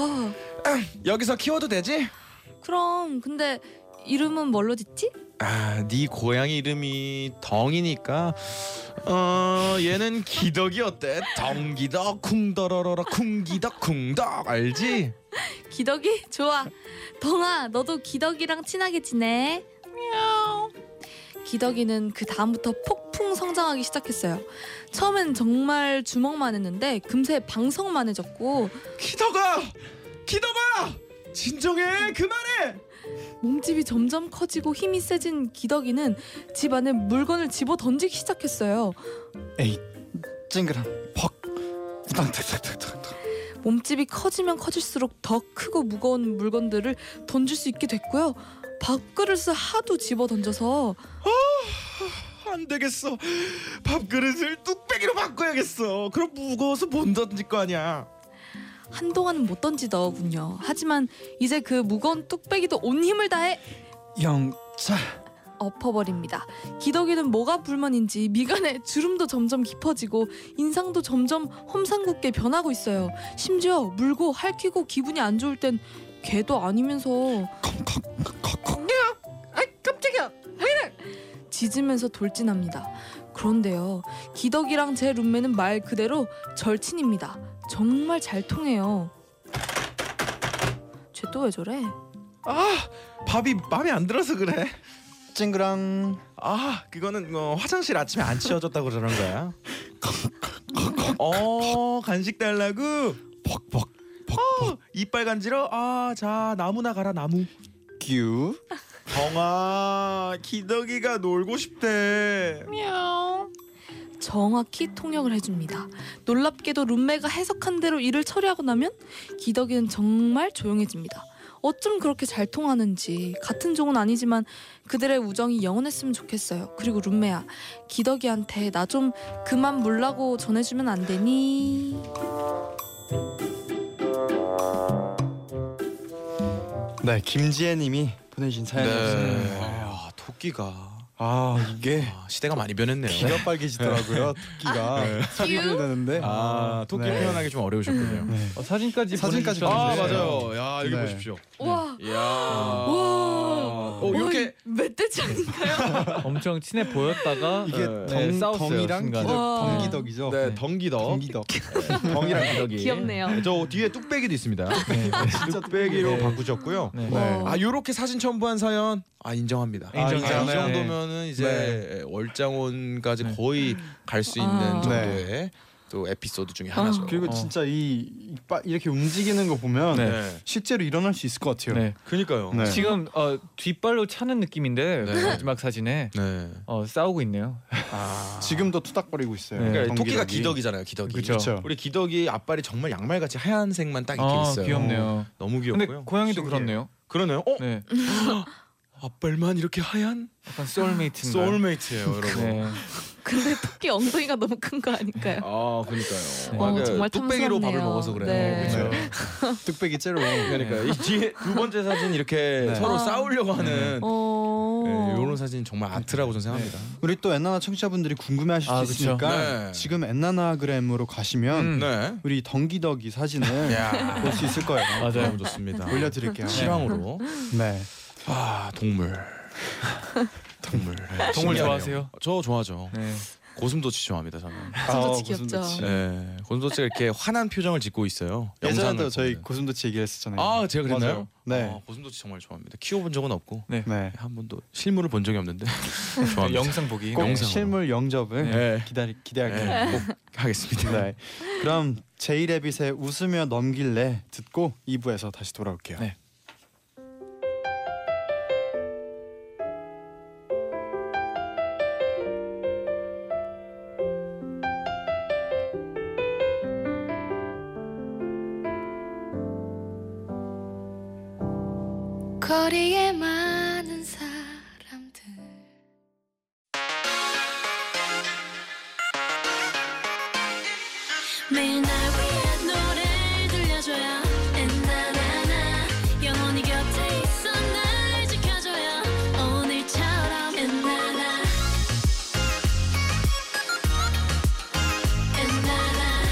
Speaker 5: 여기서 키워도 되지?
Speaker 1: 그럼 근데 이름은 뭘로 짓지?
Speaker 5: 아, 네 고양이 이름이 덩이니까 어, 얘는 기덕이 어때? 덩기덕 쿵더러러러 쿵기덕 쿵덕 알지?
Speaker 1: 기덕이 좋아. 덩아 너도 기덕이랑 친하게 지내. 미야옹. 기덕이는 그 다음부터 폭풍 성장하기 시작했어요. 처음엔 정말 주먹만 했는데 금세 방성만 해졌고
Speaker 5: 기덕아! 기덕아! 진정해. 그만해.
Speaker 1: 몸집이 점점 커지고 힘이 세진 기덕이는 집 안에 물건을 집어 던지기 시작했어요.
Speaker 2: 에이 찡그랑 퍽 우당탕탕탕탕
Speaker 1: 몸집이 커지면 커질수록 더 크고 무거운 물건들을 던질 수 있게 됐고요. 밥그릇을 하도 집어 던져서
Speaker 5: 안 되겠어. 밥그릇을 뚝배기로 바꿔야겠어. 그럼 무거워서 못 던질 거 아니야.
Speaker 1: 한동안은 못 던지더군요. 하지만 이제 그 무거운 뚝배기도 온 힘을 다해
Speaker 2: 영차
Speaker 1: 엎어버립니다. 기덕이는 뭐가 불만인지 미간에 주름도 점점 깊어지고 인상도 점점 험상궂게 변하고 있어요. 심지어 물고 핥히고 기분이 안 좋을 땐 개도 아니면서
Speaker 2: 콕콕콕콕
Speaker 1: 아이 깜짝이야 왜 이래 짖으면서 돌진합니다 그런데요 기덕이랑 제 룸메는 말 그대로 절친입니다 정말 잘 통해요 쟤 또 왜 저래
Speaker 5: 아, 밥이 마음에 안 들어서 그래.
Speaker 2: 찡그랑
Speaker 5: 아, 그거는 어, 화장실 아침에 안 치워줬다고 저런 거야. 어, 간식 달라고.
Speaker 2: 퍽퍽
Speaker 5: 어, 이빨 간지러. 아, 자 나무나 가라 나무.
Speaker 2: 끼우
Speaker 5: 정아, 기덕이가 놀고 싶대.
Speaker 1: 정확히 통역을 해줍니다 놀랍게도 룸메가 해석한 대로 일을 처리하고 나면 기덕이는 정말 조용해집니다 어쩜 그렇게 잘 통하는지 같은 종은 아니지만 그들의 우정이 영원했으면 좋겠어요. 그리고 룸메야 기덕이한테 나 좀 그만 물라고 전해주면 안 되니?
Speaker 2: 네, 김지혜님이 보내주신 사연이었습니다.
Speaker 5: 아, 토끼가
Speaker 2: 아 이게
Speaker 5: 아, 시대가 많이 변했네요.
Speaker 2: 귀가 빨개지더라고요. 토끼가 소리를 내는데.
Speaker 5: 네. 아 토끼
Speaker 2: 네.
Speaker 5: 표현하기 좀 어려우셨군요.
Speaker 2: 네.
Speaker 3: 어, 사진까지
Speaker 2: 사진까지
Speaker 3: 보내주셨는데.
Speaker 5: 아
Speaker 2: 네.
Speaker 5: 맞아요. 야 이거
Speaker 2: 네.
Speaker 5: 보십시오.
Speaker 1: 와,
Speaker 5: 이야.
Speaker 1: 와.
Speaker 5: 어 이렇게
Speaker 1: 멧돼지인가요?
Speaker 3: 엄청 친해 보였다가
Speaker 2: 이게
Speaker 5: 네.
Speaker 3: 네,
Speaker 2: 덩,
Speaker 3: 싸웠어요,
Speaker 2: 덩이랑
Speaker 3: 순간.
Speaker 2: 기덕,
Speaker 1: 와.
Speaker 2: 덩기덕이죠.
Speaker 5: 네 덩기덕 네,
Speaker 2: 덩기덕.
Speaker 5: 덩이랑 기덕이
Speaker 1: 귀엽네요.
Speaker 5: 네, 저 뒤에 뚝배기도 있습니다.
Speaker 3: 어.
Speaker 2: 네.
Speaker 5: 뚝배기로
Speaker 3: 네.
Speaker 5: 바꾸셨고요.
Speaker 3: 네.
Speaker 1: 와.
Speaker 5: 아 요렇게 사진 첨부한 사연 아 인정합니다.
Speaker 3: 인정,
Speaker 5: 아, 이
Speaker 3: 인정.
Speaker 5: 정도면은 이제 월장원까지 거의 갈 수 있는
Speaker 1: 아.
Speaker 5: 정도의 또 에피소드 중에 하나죠.
Speaker 2: 그리고
Speaker 3: 어.
Speaker 2: 진짜 이, 이 빠- 이렇게 움직이는 거 보면
Speaker 5: 그렇죠. 네.
Speaker 2: 실제로 일어날 수 있을 것 같아요.
Speaker 3: 네.
Speaker 5: 그니까요.
Speaker 2: 네.
Speaker 3: 지금 어, 뒷발로 차는 느낌인데
Speaker 5: 네.
Speaker 3: 마지막 사진에
Speaker 5: 네.
Speaker 3: 어, 싸우고 있네요.
Speaker 5: 아.
Speaker 2: 지금도 투닥거리고 있어요.
Speaker 3: 네.
Speaker 5: 그러니까 토끼가
Speaker 2: 덩기덕이. 그렇죠.
Speaker 5: 기덕이잖아요. 기덕이.
Speaker 3: 그쵸.
Speaker 2: 그쵸.
Speaker 5: 우리 기덕이 앞발이 정말 양말같이 하얀색만 딱 이렇게
Speaker 3: 아
Speaker 5: 있어요.
Speaker 3: 귀엽네요.
Speaker 5: 너무
Speaker 3: 근데
Speaker 5: 귀엽고요.
Speaker 3: 고양이도
Speaker 5: 신기해요.
Speaker 3: 그렇네요.
Speaker 5: 그러네요. 어? [GASPS]
Speaker 3: 네.
Speaker 5: 앞발만 이렇게 하얀
Speaker 3: 약간 소울메이트인가요?
Speaker 5: 소울메이트예요, 여러분.
Speaker 3: 네.
Speaker 1: 근데 토끼 엉덩이가 너무 큰 거 아닐까요?
Speaker 5: 아, 그러니까요.
Speaker 3: 어,
Speaker 5: 아,
Speaker 1: 정말
Speaker 5: 뚝배기로 밥을
Speaker 1: 탐스럽네요.
Speaker 5: 먹어서 그래요.
Speaker 1: 네.
Speaker 5: 그렇죠.
Speaker 2: 뚝배기 째로. [LAUGHS]
Speaker 5: 그러니까 이 뒤에 두 번째 사진 이렇게
Speaker 2: 네.
Speaker 5: 서로
Speaker 1: 아.
Speaker 5: 싸우려고 하는
Speaker 1: 어.
Speaker 5: 네, 이런 사진 정말 아트라고 저는 생각합니다.
Speaker 2: 우리 또 엔나나 청취자분들이 궁금해하실
Speaker 3: 아,
Speaker 2: 수
Speaker 3: 그쵸.
Speaker 2: 있으니까
Speaker 5: 네.
Speaker 2: 지금 엔나나그램으로 가시면
Speaker 3: 음.
Speaker 5: 네.
Speaker 2: 우리 덩기덕이 사진을
Speaker 5: [LAUGHS] 야,
Speaker 2: 볼 수 있을 거예요.
Speaker 3: 맞아요.
Speaker 5: 네. 너무 좋습니다.
Speaker 2: 올려드릴게요.
Speaker 5: 그렇죠. 실황으로.
Speaker 2: 네.
Speaker 5: 아, 동물. 동물. 네,
Speaker 3: 동물
Speaker 5: 신기하네요.
Speaker 3: 좋아하세요?
Speaker 5: 저 좋아하죠.
Speaker 3: 네.
Speaker 5: 고슴도치 좋아합니다, 저는.
Speaker 1: 고슴도치 귀엽죠.
Speaker 5: 네, 고슴도치가 이렇게 환한 표정을 짓고 있어요.
Speaker 2: 예전에도
Speaker 5: 영상을
Speaker 2: 저희
Speaker 5: 보면은.
Speaker 2: 고슴도치 얘기했었잖아요.
Speaker 5: 아, 제가 그랬나요?
Speaker 2: 네.
Speaker 5: 아, 고슴도치 정말 좋아합니다. 키워본 적은 없고
Speaker 2: 네.
Speaker 5: 한 번도 실물을 본
Speaker 3: [LAUGHS]
Speaker 5: 적이 없는데 좋아합니다.
Speaker 3: 영상 보기.
Speaker 2: 꼭
Speaker 5: 영상으로.
Speaker 2: 실물 영접을
Speaker 5: 네.
Speaker 2: 기다리 기대할게요.
Speaker 5: 네, 꼭 하겠습니다.
Speaker 2: [LAUGHS] 네. 그럼 제이레빗의 웃으며 넘길래 듣고 2부에서 다시 돌아올게요.
Speaker 3: 네.
Speaker 6: 거리에 많은 사람들 매일 날 위한 노래를 들려줘요 엔나나나 영원히 곁에 있어 날 지켜줘요 오늘처럼 엔나나 엔나나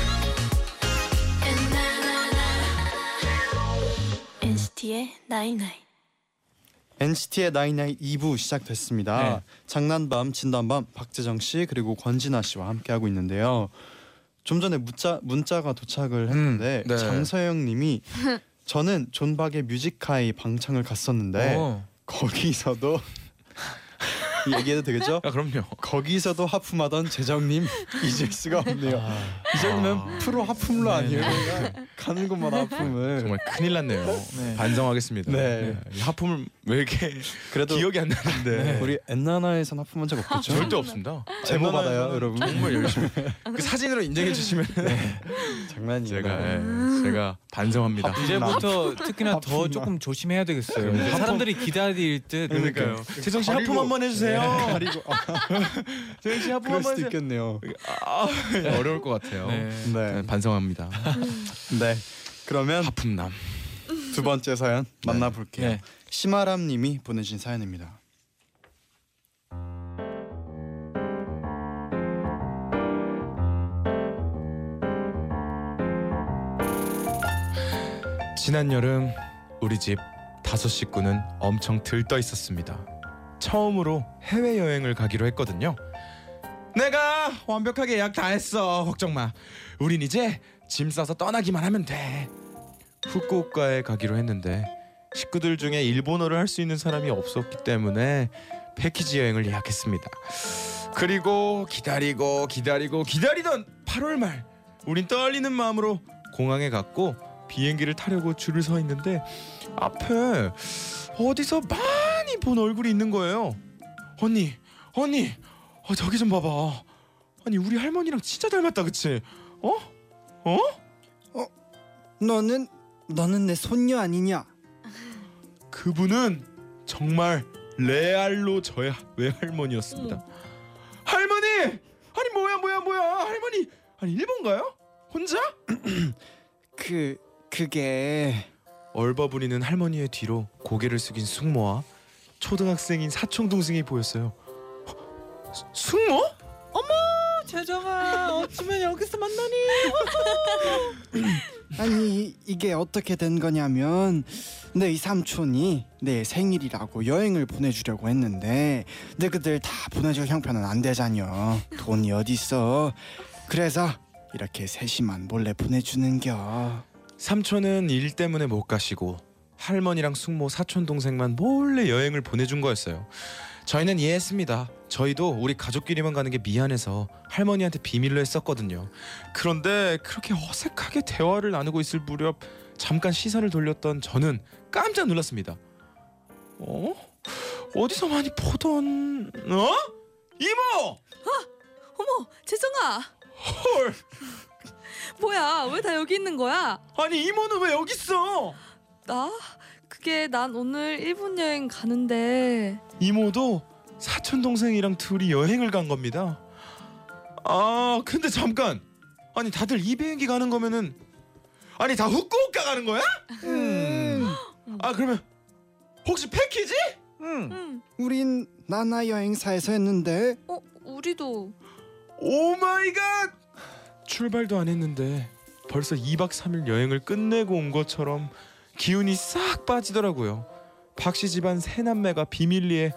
Speaker 6: 엔나나나 NCT의 나인나인
Speaker 2: NCT의 나이나이 2부 시작됐습니다.
Speaker 3: 네.
Speaker 2: 장난밤 진단밤 박재정 씨 그리고 권진아 씨와 함께 하고 있는데요. 좀 전에 문자 문자가 도착을 했는데
Speaker 5: 음, 네.
Speaker 2: 장서영 님이 저는 존박의 뮤직하이 방청을 갔었는데
Speaker 3: 어.
Speaker 2: 거기서도 이 얘기해도 되겠죠?
Speaker 5: 아, 그럼요.
Speaker 2: 거기서도 하품하던 재정님 [LAUGHS] 잊을 수가 없네요.
Speaker 3: 아,
Speaker 2: 이 정도면 프로 하품러 아니에요?
Speaker 3: 네.
Speaker 2: 그러니까 가는 곳마다 하품을
Speaker 5: 정말 큰일 났네요.
Speaker 3: 네.
Speaker 5: 반성하겠습니다.
Speaker 2: 네.
Speaker 5: 이 하품을 왜 이렇게
Speaker 2: 그래도 네,
Speaker 5: 기억이 안 나는데 아,
Speaker 2: 우리 엔나나에선 하품한 적 없겠죠?
Speaker 5: 네. 절대 없습니다.
Speaker 2: 제보 받아요,
Speaker 5: 웬만하면은
Speaker 2: 여러분.
Speaker 5: 정말 열심히 그 사진으로 인정해 주시면
Speaker 2: 장난이에요.
Speaker 5: [LAUGHS] 제가 예, 제가 반성합니다.
Speaker 1: 아,
Speaker 5: 아,
Speaker 3: 이제부터 특히나 더
Speaker 2: 하품이나.
Speaker 3: 조금 조심해야 되겠어요.
Speaker 2: 그러니까요.
Speaker 3: 사람들이 기다릴 듯
Speaker 5: 그러니까요. 재성 씨
Speaker 2: 가리고-
Speaker 5: 하품 한번 해주세요. [LAUGHS]
Speaker 2: 가리고 아,
Speaker 5: 재성 씨 하품
Speaker 2: 그럴
Speaker 5: 한번
Speaker 2: 수도
Speaker 5: 해주세요.
Speaker 2: 있겠네요.
Speaker 5: 아, 어려울 것 같아요.
Speaker 3: 네.
Speaker 5: 네,
Speaker 2: 네,
Speaker 5: 반성합니다.
Speaker 2: 네. 그러면
Speaker 5: 하품남.
Speaker 2: 두 번째 사연 만나볼게요.
Speaker 3: 네.
Speaker 2: 심아람님이 보내신 사연입니다.
Speaker 5: 지난 여름 우리 집 다섯 식구는 엄청 들떠 있었습니다. 처음으로 해외 여행을 가기로 했거든요. 내가 완벽하게 예약 다 했어. 걱정 마. 우린 이제 짐 싸서 떠나기만 하면 돼. 후쿠오카에 가기로 했는데 식구들 중에 일본어를 할 수 있는 사람이 없었기 때문에 패키지 여행을 예약했습니다. 그리고 기다리고 기다리고 기다리던 8월 말 우린 떨리는 마음으로 공항에 갔고 비행기를 타려고 줄을 서 있는데 앞에 어디서 많이 본 얼굴이 있는 거예요. 언니, 언니, 어, 저기 좀 봐봐. 아니 우리 할머니랑 진짜 닮았다, 그치? 어?
Speaker 2: 너는 너는 내 손녀 아니냐?
Speaker 5: 그분은 정말 레알로 저의 외할머니였습니다. 할머니! 아니 뭐야 뭐야 뭐야 할머니! 아니 일본가요? 혼자?
Speaker 2: 그 그게
Speaker 5: 얼버무리는 할머니의 뒤로 고개를 숙인 숙모와 초등학생인 사촌 동생이 보였어요. 어, 수- 숙모?
Speaker 1: 아,
Speaker 3: 재정아 어쩌면 여기서 만나니
Speaker 2: 아니 이- 이게 어떻게 된 거냐면 내 이 삼촌이 내 생일이라고 여행을 보내주려고 했는데 너희들 다 보내줄 형편은 안 되잖여 돈이 어딨어 그래서 이렇게 셋이만 몰래 보내주는겨
Speaker 5: 삼촌은 일 때문에 못 가시고 할머니랑 숙모 사촌 동생만 몰래 여행을 보내준 거였어요. 저희는 이해했습니다. 저희도 우리 가족끼리만 가는 게 미안해서 할머니한테 비밀로 했었거든요. 그런데 그렇게 어색하게 대화를 나누고 있을 무렵 잠깐 시선을 돌렸던 저는 깜짝 놀랐습니다. 어? 어디서 많이 보던 어? 이모!
Speaker 1: 어머 재정아
Speaker 5: 헐!
Speaker 1: 뭐야 왜 다 여기 있는 거야?
Speaker 5: 아니 이모는 왜 여기 있어?
Speaker 1: 나 그게 난 오늘 일본 여행 가는데
Speaker 5: 이모도 사촌 동생이랑 둘이 여행을 간 겁니다. 아 근데 잠깐 아니 다들 이 비행기 가는 거면은 아니 다 후쿠오카 가는 거야? 아 그러면 혹시 패키지?
Speaker 3: 음.
Speaker 1: 응.
Speaker 2: 우린 나나 여행사에서 했는데
Speaker 1: 어 우리도
Speaker 5: 오 마이 갓! 출발도 안 했는데 벌써 2박 3일 여행을 끝내고 온 것처럼 기운이 싹 빠지더라고요. 박씨 집안 세 남매가 비밀리에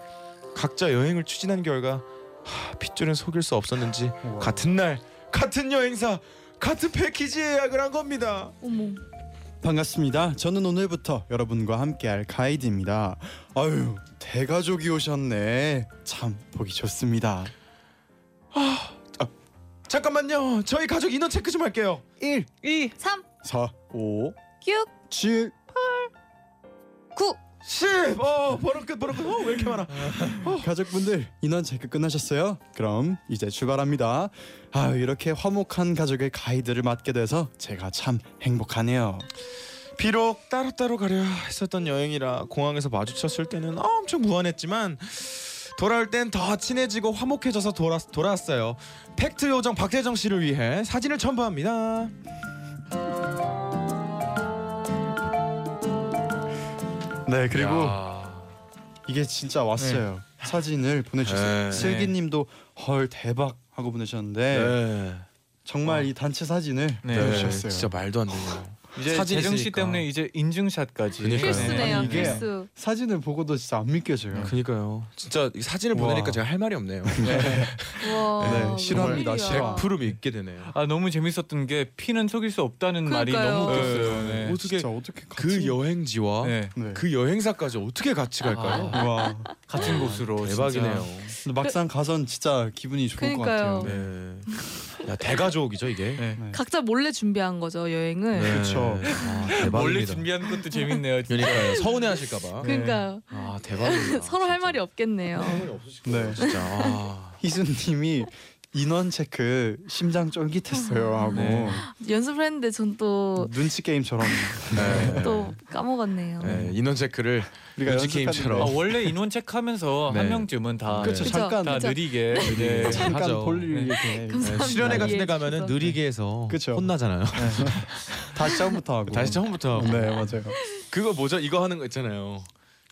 Speaker 5: 각자 여행을 추진한 결과 하, 핏줄은 속일 수 없었는지 같은 날 같은 여행사 같은 패키지 예약을 한 겁니다.
Speaker 1: 어머
Speaker 2: 반갑습니다. 저는 오늘부터 여러분과 함께할 가이드입니다. 아유 대가족이 오셨네. 참 보기 좋습니다.
Speaker 5: 잠깐만요. 저희 가족 인원 체크 좀 할게요.
Speaker 2: 1,
Speaker 3: 2
Speaker 1: 3
Speaker 2: 4, 5,
Speaker 1: 6
Speaker 2: 7
Speaker 1: 9
Speaker 5: 10. 어, 버럭 끝 버럭 끝. 어, 왜 이렇게 많아?
Speaker 2: 가족분들 인원 체크 끝나셨어요? 그럼 이제 출발합니다. 아 이렇게 화목한 가족의 가이드를 맡게 돼서 제가 참 행복하네요.
Speaker 5: 비록 따로따로 가려 했었던 여행이라 공항에서 마주쳤을 때는 엄청 무한했지만 돌아올 땐 더 친해지고 화목해져서 돌아, 돌아왔어요. 팩트 요정 박재정 씨를 위해 사진을 첨부합니다.
Speaker 2: 네 그리고 네. 이게 진짜 왔어요. 사진을 보내주셨어요.
Speaker 5: 네.
Speaker 2: 슬기님도 헐 대박 하고 보내셨는데
Speaker 5: 네.
Speaker 2: 정말 이 단체 사진을
Speaker 3: 네.
Speaker 2: 보내주셨어요.
Speaker 5: 말도 안 되네요.
Speaker 3: 이제
Speaker 5: 사진
Speaker 3: 재정 씨
Speaker 5: 있으니까.
Speaker 3: 때문에 이제 인증샷까지
Speaker 5: 그러니까요.
Speaker 1: 필수네요
Speaker 2: 아니, 이게-
Speaker 1: 필수
Speaker 2: 사진을 보고도 진짜 안
Speaker 5: 네.
Speaker 2: 믿겨져요.
Speaker 5: 그니까요. 진짜 이 사진을
Speaker 2: 우와.
Speaker 5: 보내니까 제가 할 말이 없네요.
Speaker 1: 와
Speaker 2: 네, 싫어합니다, 싫어.
Speaker 5: 100% 믿게 되네요.
Speaker 3: 아 너무 재밌었던 게 피는 속일 수 없다는 말이
Speaker 1: 그러니까요.
Speaker 3: 너무 웃겼어요.
Speaker 5: 네.
Speaker 3: 네.
Speaker 5: 어떻게
Speaker 2: 진짜 어떻게
Speaker 5: 그
Speaker 2: 같이-
Speaker 5: 여행지와
Speaker 3: 네.
Speaker 2: 네.
Speaker 5: 그 여행사까지 어떻게 같이 갈까요?
Speaker 2: 와
Speaker 3: 아, 같은 곳으로
Speaker 5: 대박이네요.
Speaker 2: 근데 막상 가선 진짜 기분이 좋을
Speaker 1: 그러니까요.
Speaker 2: 것 같아요. 네.
Speaker 5: 네. 야 대가족이죠 이게.
Speaker 3: 진짜. 네.
Speaker 1: 각자 몰래 준비한 거죠 여행을
Speaker 5: 네.
Speaker 2: 그쵸.
Speaker 5: 아,
Speaker 3: 원래
Speaker 5: 대박입니다.
Speaker 3: 준비한 것도 재밌네요.
Speaker 5: 그러니까요. 서운해하실까봐.
Speaker 1: 그러니까
Speaker 5: 아 대박입니다.
Speaker 1: [LAUGHS] 서로 할 말이 없겠네요
Speaker 2: 네.
Speaker 5: 진짜. 아.
Speaker 2: 희수님이 인원 체크 심장
Speaker 5: 음.
Speaker 2: 쫄깃했어요 하고
Speaker 3: 네.
Speaker 1: 연습을 했는데 전 또 또
Speaker 2: 눈치 게임처럼
Speaker 5: 네.
Speaker 1: 까먹었네요
Speaker 5: 네, 인원 체크를
Speaker 2: 우리가
Speaker 5: 눈치
Speaker 3: 아,
Speaker 2: 연습하는데
Speaker 5: 게임처럼.
Speaker 3: 원래 인원 체크하면서
Speaker 5: 네.
Speaker 3: 한 명쯤은 다
Speaker 5: 그쵸.
Speaker 1: 그쵸,
Speaker 2: 잠깐
Speaker 3: 다
Speaker 1: 그쵸.
Speaker 3: 느리게 네.
Speaker 2: 잠깐
Speaker 5: 하죠.
Speaker 2: 볼일
Speaker 3: 네.
Speaker 2: 이렇게
Speaker 1: [LAUGHS] 감사합니다.
Speaker 5: 수련회 같은 데 가면은
Speaker 1: 이해해
Speaker 5: 느리게 해서
Speaker 2: 그쵸.
Speaker 5: 혼나잖아요.
Speaker 2: 네, 다시 처음부터 하고
Speaker 5: 다시 처음부터.
Speaker 2: 네 맞아요.
Speaker 5: 그거 뭐죠? 이거 하는 거 있잖아요.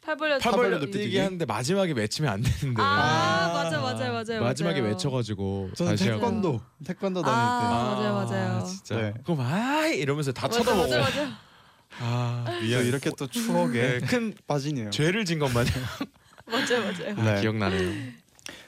Speaker 1: 팔 벌려
Speaker 5: 팔
Speaker 2: 벌려
Speaker 5: 벌리기
Speaker 2: 눕히기.
Speaker 5: 하는데 마지막에 외치면 안 되는데.
Speaker 1: 네. 아, 맞아 맞아 맞아
Speaker 5: 마지막에 외쳐가지고
Speaker 2: 저는
Speaker 5: 다시 하고.
Speaker 2: 태권도 태권도 다닐 때
Speaker 1: 아, 맞아요, 맞아요.
Speaker 5: 진짜.
Speaker 2: 네.
Speaker 5: 그럼 아 이러면서 다
Speaker 1: 맞아
Speaker 5: 쳐다보고.
Speaker 1: 맞아 맞아
Speaker 5: 아
Speaker 2: 또
Speaker 5: 미안.
Speaker 2: 이렇게 또 추억에
Speaker 5: 네, 큰
Speaker 2: 빠지네요.
Speaker 5: 죄를 진 것만
Speaker 1: 맞아 맞아요
Speaker 5: 아,
Speaker 2: 네.
Speaker 5: 기억나네요.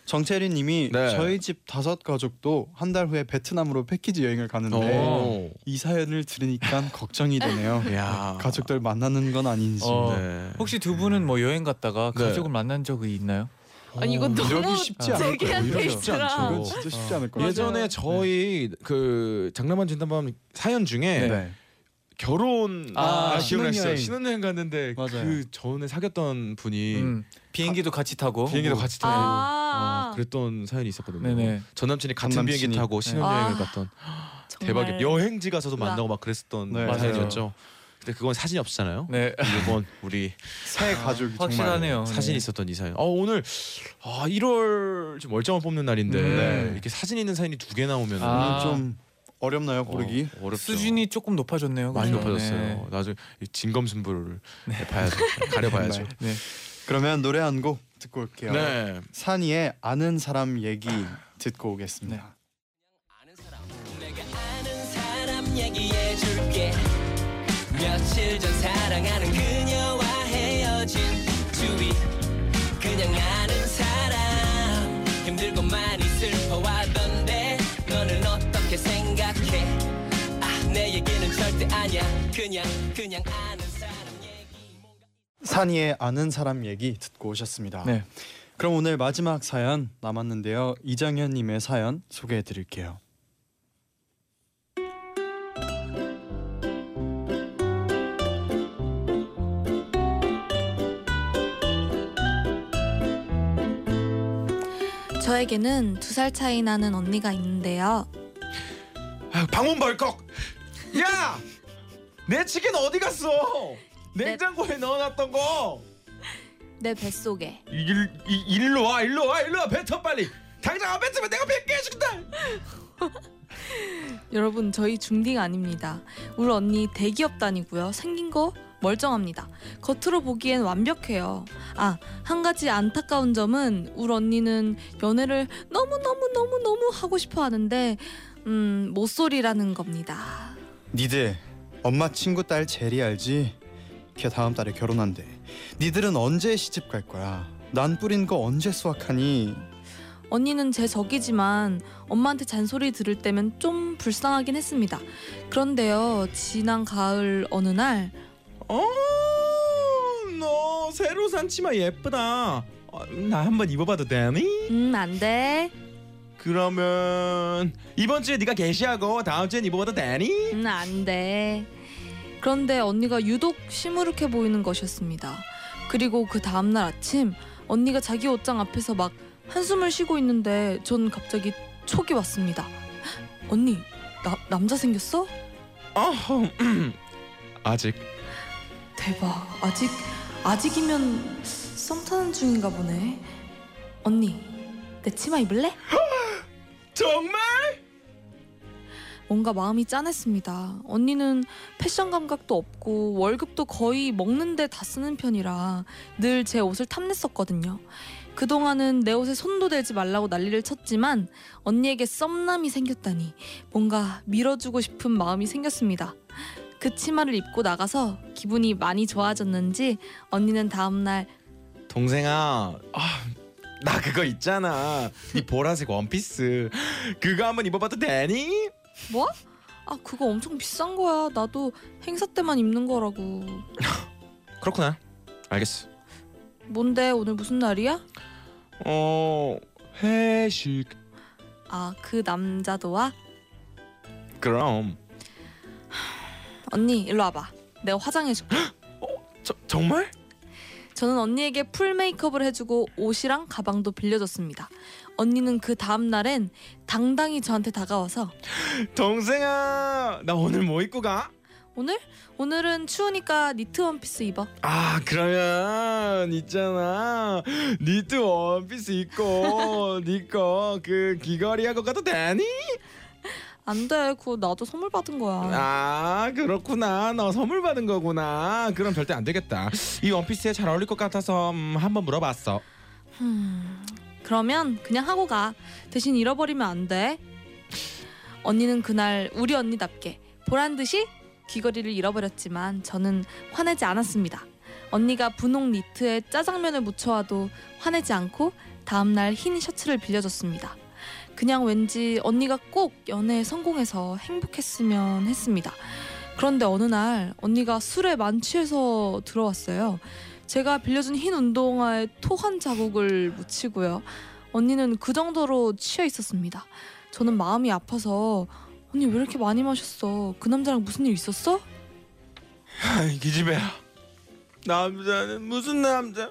Speaker 2: 정채리님이
Speaker 5: 네.
Speaker 2: 저희 집 다섯 가족도 한 달 후에 베트남으로 패키지 여행을 가는데
Speaker 5: 오.
Speaker 2: 이 사연을
Speaker 5: [LAUGHS]
Speaker 2: 들으니까 걱정이 되네요.
Speaker 5: 야.
Speaker 2: 가족들 만나는 건 아닌지.
Speaker 3: 어.
Speaker 5: 네.
Speaker 3: 혹시 두 분은 뭐 여행 갔다가
Speaker 5: 네.
Speaker 3: 가족을 만난 적이 있나요?
Speaker 1: 아니 이거 너무
Speaker 2: 이러기 쉽지
Speaker 3: 않을
Speaker 2: 않을 거예요.
Speaker 1: 재기한
Speaker 5: 이러기
Speaker 2: 이러기
Speaker 5: 쉽지
Speaker 1: 페이스라
Speaker 5: 않죠.
Speaker 2: 이건 진짜 쉽지 않을 거예요.
Speaker 5: 어. 예전에 저희 그 장난만 진단밤 사연 중에
Speaker 2: 네.
Speaker 5: 결혼
Speaker 3: 아,
Speaker 5: 아, 기억났어요.
Speaker 2: 신혼여행.
Speaker 5: 신혼여행 갔는데
Speaker 2: 맞아요.
Speaker 5: 그 전에 사귀었던 분이
Speaker 3: 음. 비행기도 같이 타고
Speaker 5: 비행기도 같이 타고
Speaker 1: 아.
Speaker 5: 어, 그랬던 사연이 있었거든요.
Speaker 3: 네네.
Speaker 5: 전 남친이 같은
Speaker 2: 전
Speaker 5: 비행기
Speaker 2: 남친이.
Speaker 5: 타고
Speaker 3: 네.
Speaker 5: 신혼여행을
Speaker 1: 아, 네.
Speaker 5: 갔던
Speaker 1: 정말
Speaker 5: 대박이 여행지 가서도
Speaker 1: 우와.
Speaker 5: 만나고 막 그랬었던
Speaker 2: 네.
Speaker 5: 사연이었죠. 근데 그건 사진이 없잖아요.
Speaker 3: 네.
Speaker 5: 이건 우리
Speaker 2: 새 가족이
Speaker 3: 아, 확실하네요.
Speaker 5: 사진 이
Speaker 3: 네.
Speaker 5: 있었던 이사연. 어 오늘 아 1월 지금 월정을 뽑는 날인데
Speaker 3: 음.
Speaker 2: 네.
Speaker 5: 이렇게 사진 있는 사연이 두 개 나오면
Speaker 3: 아,
Speaker 2: 정말 좀 어렵나요 고르기?
Speaker 5: 어, 어렵죠.
Speaker 3: 수준이 조금 높아졌네요.
Speaker 5: 많이
Speaker 3: 그죠?
Speaker 5: 높아졌어요.
Speaker 3: 네.
Speaker 5: 나중에 이 진검승부를
Speaker 3: [LAUGHS]
Speaker 5: 봐야죠. 가려봐야죠.
Speaker 2: 정말.
Speaker 3: 네.
Speaker 2: 그러면 노래 한 곡 듣고 올게요.
Speaker 5: 네.
Speaker 2: 산이의 아는 사람 얘기 듣고 오겠습니다.
Speaker 3: 네.
Speaker 4: 내가 아는 사람 얘기해줄게 며칠 전 사랑하는 그녀와 헤어진 주위 그냥 아는 사람 힘들고 많이 슬퍼하던데 너는 어떻게 생각해 아 내 얘기는 절대 아니야 그냥 그냥 아는 사람 얘기
Speaker 2: 산이의 아는 사람 얘기 듣고 오셨습니다.
Speaker 3: 네.
Speaker 2: 그럼 오늘 마지막 사연 남았는데요. 이장현님의 사연 소개해 드릴게요.
Speaker 1: 저에게는 두 살 차이 나는 언니가 있는데요.
Speaker 5: 아유, 방문 벌컥. 야, 내 치킨 어디 갔어? 냉장고에 넣어놨던 거.
Speaker 1: 내 뱃속에
Speaker 5: 일, 이, 일로 와, 일로 와, 일로 와. 뱉어 빨리. 당장 안 뱉으면 내가 뱉게 해준다.
Speaker 1: 여러분 저희 중딩 아닙니다. 우리 언니 대기업 다니고요. 생긴 거 멀쩡합니다. 겉으로 보기엔 완벽해요. 아, 한 가지 안타까운 점은 우리 언니는 연애를 너무너무너무너무 하고 싶어 하는데 음, 못소리라는 겁니다.
Speaker 2: 니들 엄마 친구 딸 제리 알지? 걔 다음 달에 결혼한대. 니들은 언제 시집 갈 거야? 난 뿌린 거 언제 수확하니?
Speaker 1: 언니는 제 적이지만 엄마한테 잔소리 들을 때면 좀 불쌍하긴 했습니다. 그런데요, 지난 가을 어느 날
Speaker 5: 어, 너 새로 산 치마 예쁘다. 어, 나 한번 입어봐도 되니?
Speaker 1: 음, 안 돼.
Speaker 5: 그러면 이번 주에 네가 게시하고 다음 주엔 입어봐도 되니?
Speaker 1: 음, 안 돼. 그런데 언니가 유독 시무룩해 보이는 것이었습니다. 그리고 그 다음날 아침 언니가 자기 옷장 앞에서 막 한숨을 쉬고 있는데 전 갑자기 촉이 왔습니다. [GASPS] 언니, 나, 남자 생겼어?
Speaker 5: 어, 아직.
Speaker 1: 대박. 아직 아직이면 썸 타는 중인가 보네. 언니, 내 치마 입을래?
Speaker 5: [GASPS] 정말?
Speaker 1: 뭔가 마음이 짠했습니다. 언니는 패션 감각도 없고 월급도 거의 먹는데 다 쓰는 편이라 늘 제 옷을 탐냈었거든요. 그동안은 내 옷에 손도 대지 말라고 난리를 쳤지만 언니에게 썸남이 생겼다니 뭔가 밀어주고 싶은 마음이 생겼습니다. 그 치마를 입고 나가서 기분이 많이 좋아졌는지 언니는 다음날
Speaker 5: 동생아, 아, 나 그거 있잖아. 이 보라색 원피스. 그거 한번 입어봐도 되니?
Speaker 1: 뭐? 아 그거 엄청 비싼 거야. 나도 행사 때만 입는 거라고.
Speaker 5: 그렇구나. 알겠어.
Speaker 1: 뭔데 오늘 무슨 날이야?
Speaker 5: 어, 회식.
Speaker 1: 아 그 남자도 와?
Speaker 5: 그럼.
Speaker 1: 언니 일로 와봐. 내가 화장해줄게.
Speaker 5: 저, 정말?
Speaker 1: 저는 언니에게 풀 메이크업을 해주고 옷이랑 가방도 빌려줬습니다. 언니는 그 다음 날엔 당당히 저한테 다가와서
Speaker 5: 동생아, 나 오늘 뭐 입고 가?
Speaker 1: 오늘 오늘은 추우니까 니트 원피스 입어.
Speaker 5: 아, 그러면 있잖아. 니트 원피스 [LAUGHS] 입고 니거그 귀걸이 하고 가도 되니?
Speaker 1: 안 돼. 그거 나도 선물 받은 거야.
Speaker 5: 아 그렇구나 너 선물 받은 거구나 그럼 절대 안 되겠다 이 원피스에 잘 어울릴 것 같아서 음, 한번 물어봤어
Speaker 1: 흠, 음. 그러면 그냥 하고 가. 대신 잃어버리면 안 돼. 언니는 그날 우리 언니답게 보란 듯이 귀걸이를 잃어버렸지만 저는 화내지 않았습니다. 언니가 분홍 니트에 짜장면을 묻혀와도 화내지 않고 다음날 흰 셔츠를 빌려줬습니다. 그냥 왠지 언니가 꼭 연애에 성공해서 행복했으면 했습니다. 그런데 어느 날 언니가 술에 만취해서 들어왔어요. 제가 빌려준 흰 운동화에 토한 자국을 묻히고요. 언니는 그 정도로 취해 있었습니다. 저는 마음이 아파서 언니 왜 이렇게 많이 마셨어? 그 남자랑 무슨 일 있었어?
Speaker 5: 기집애야 남자는 무슨 남자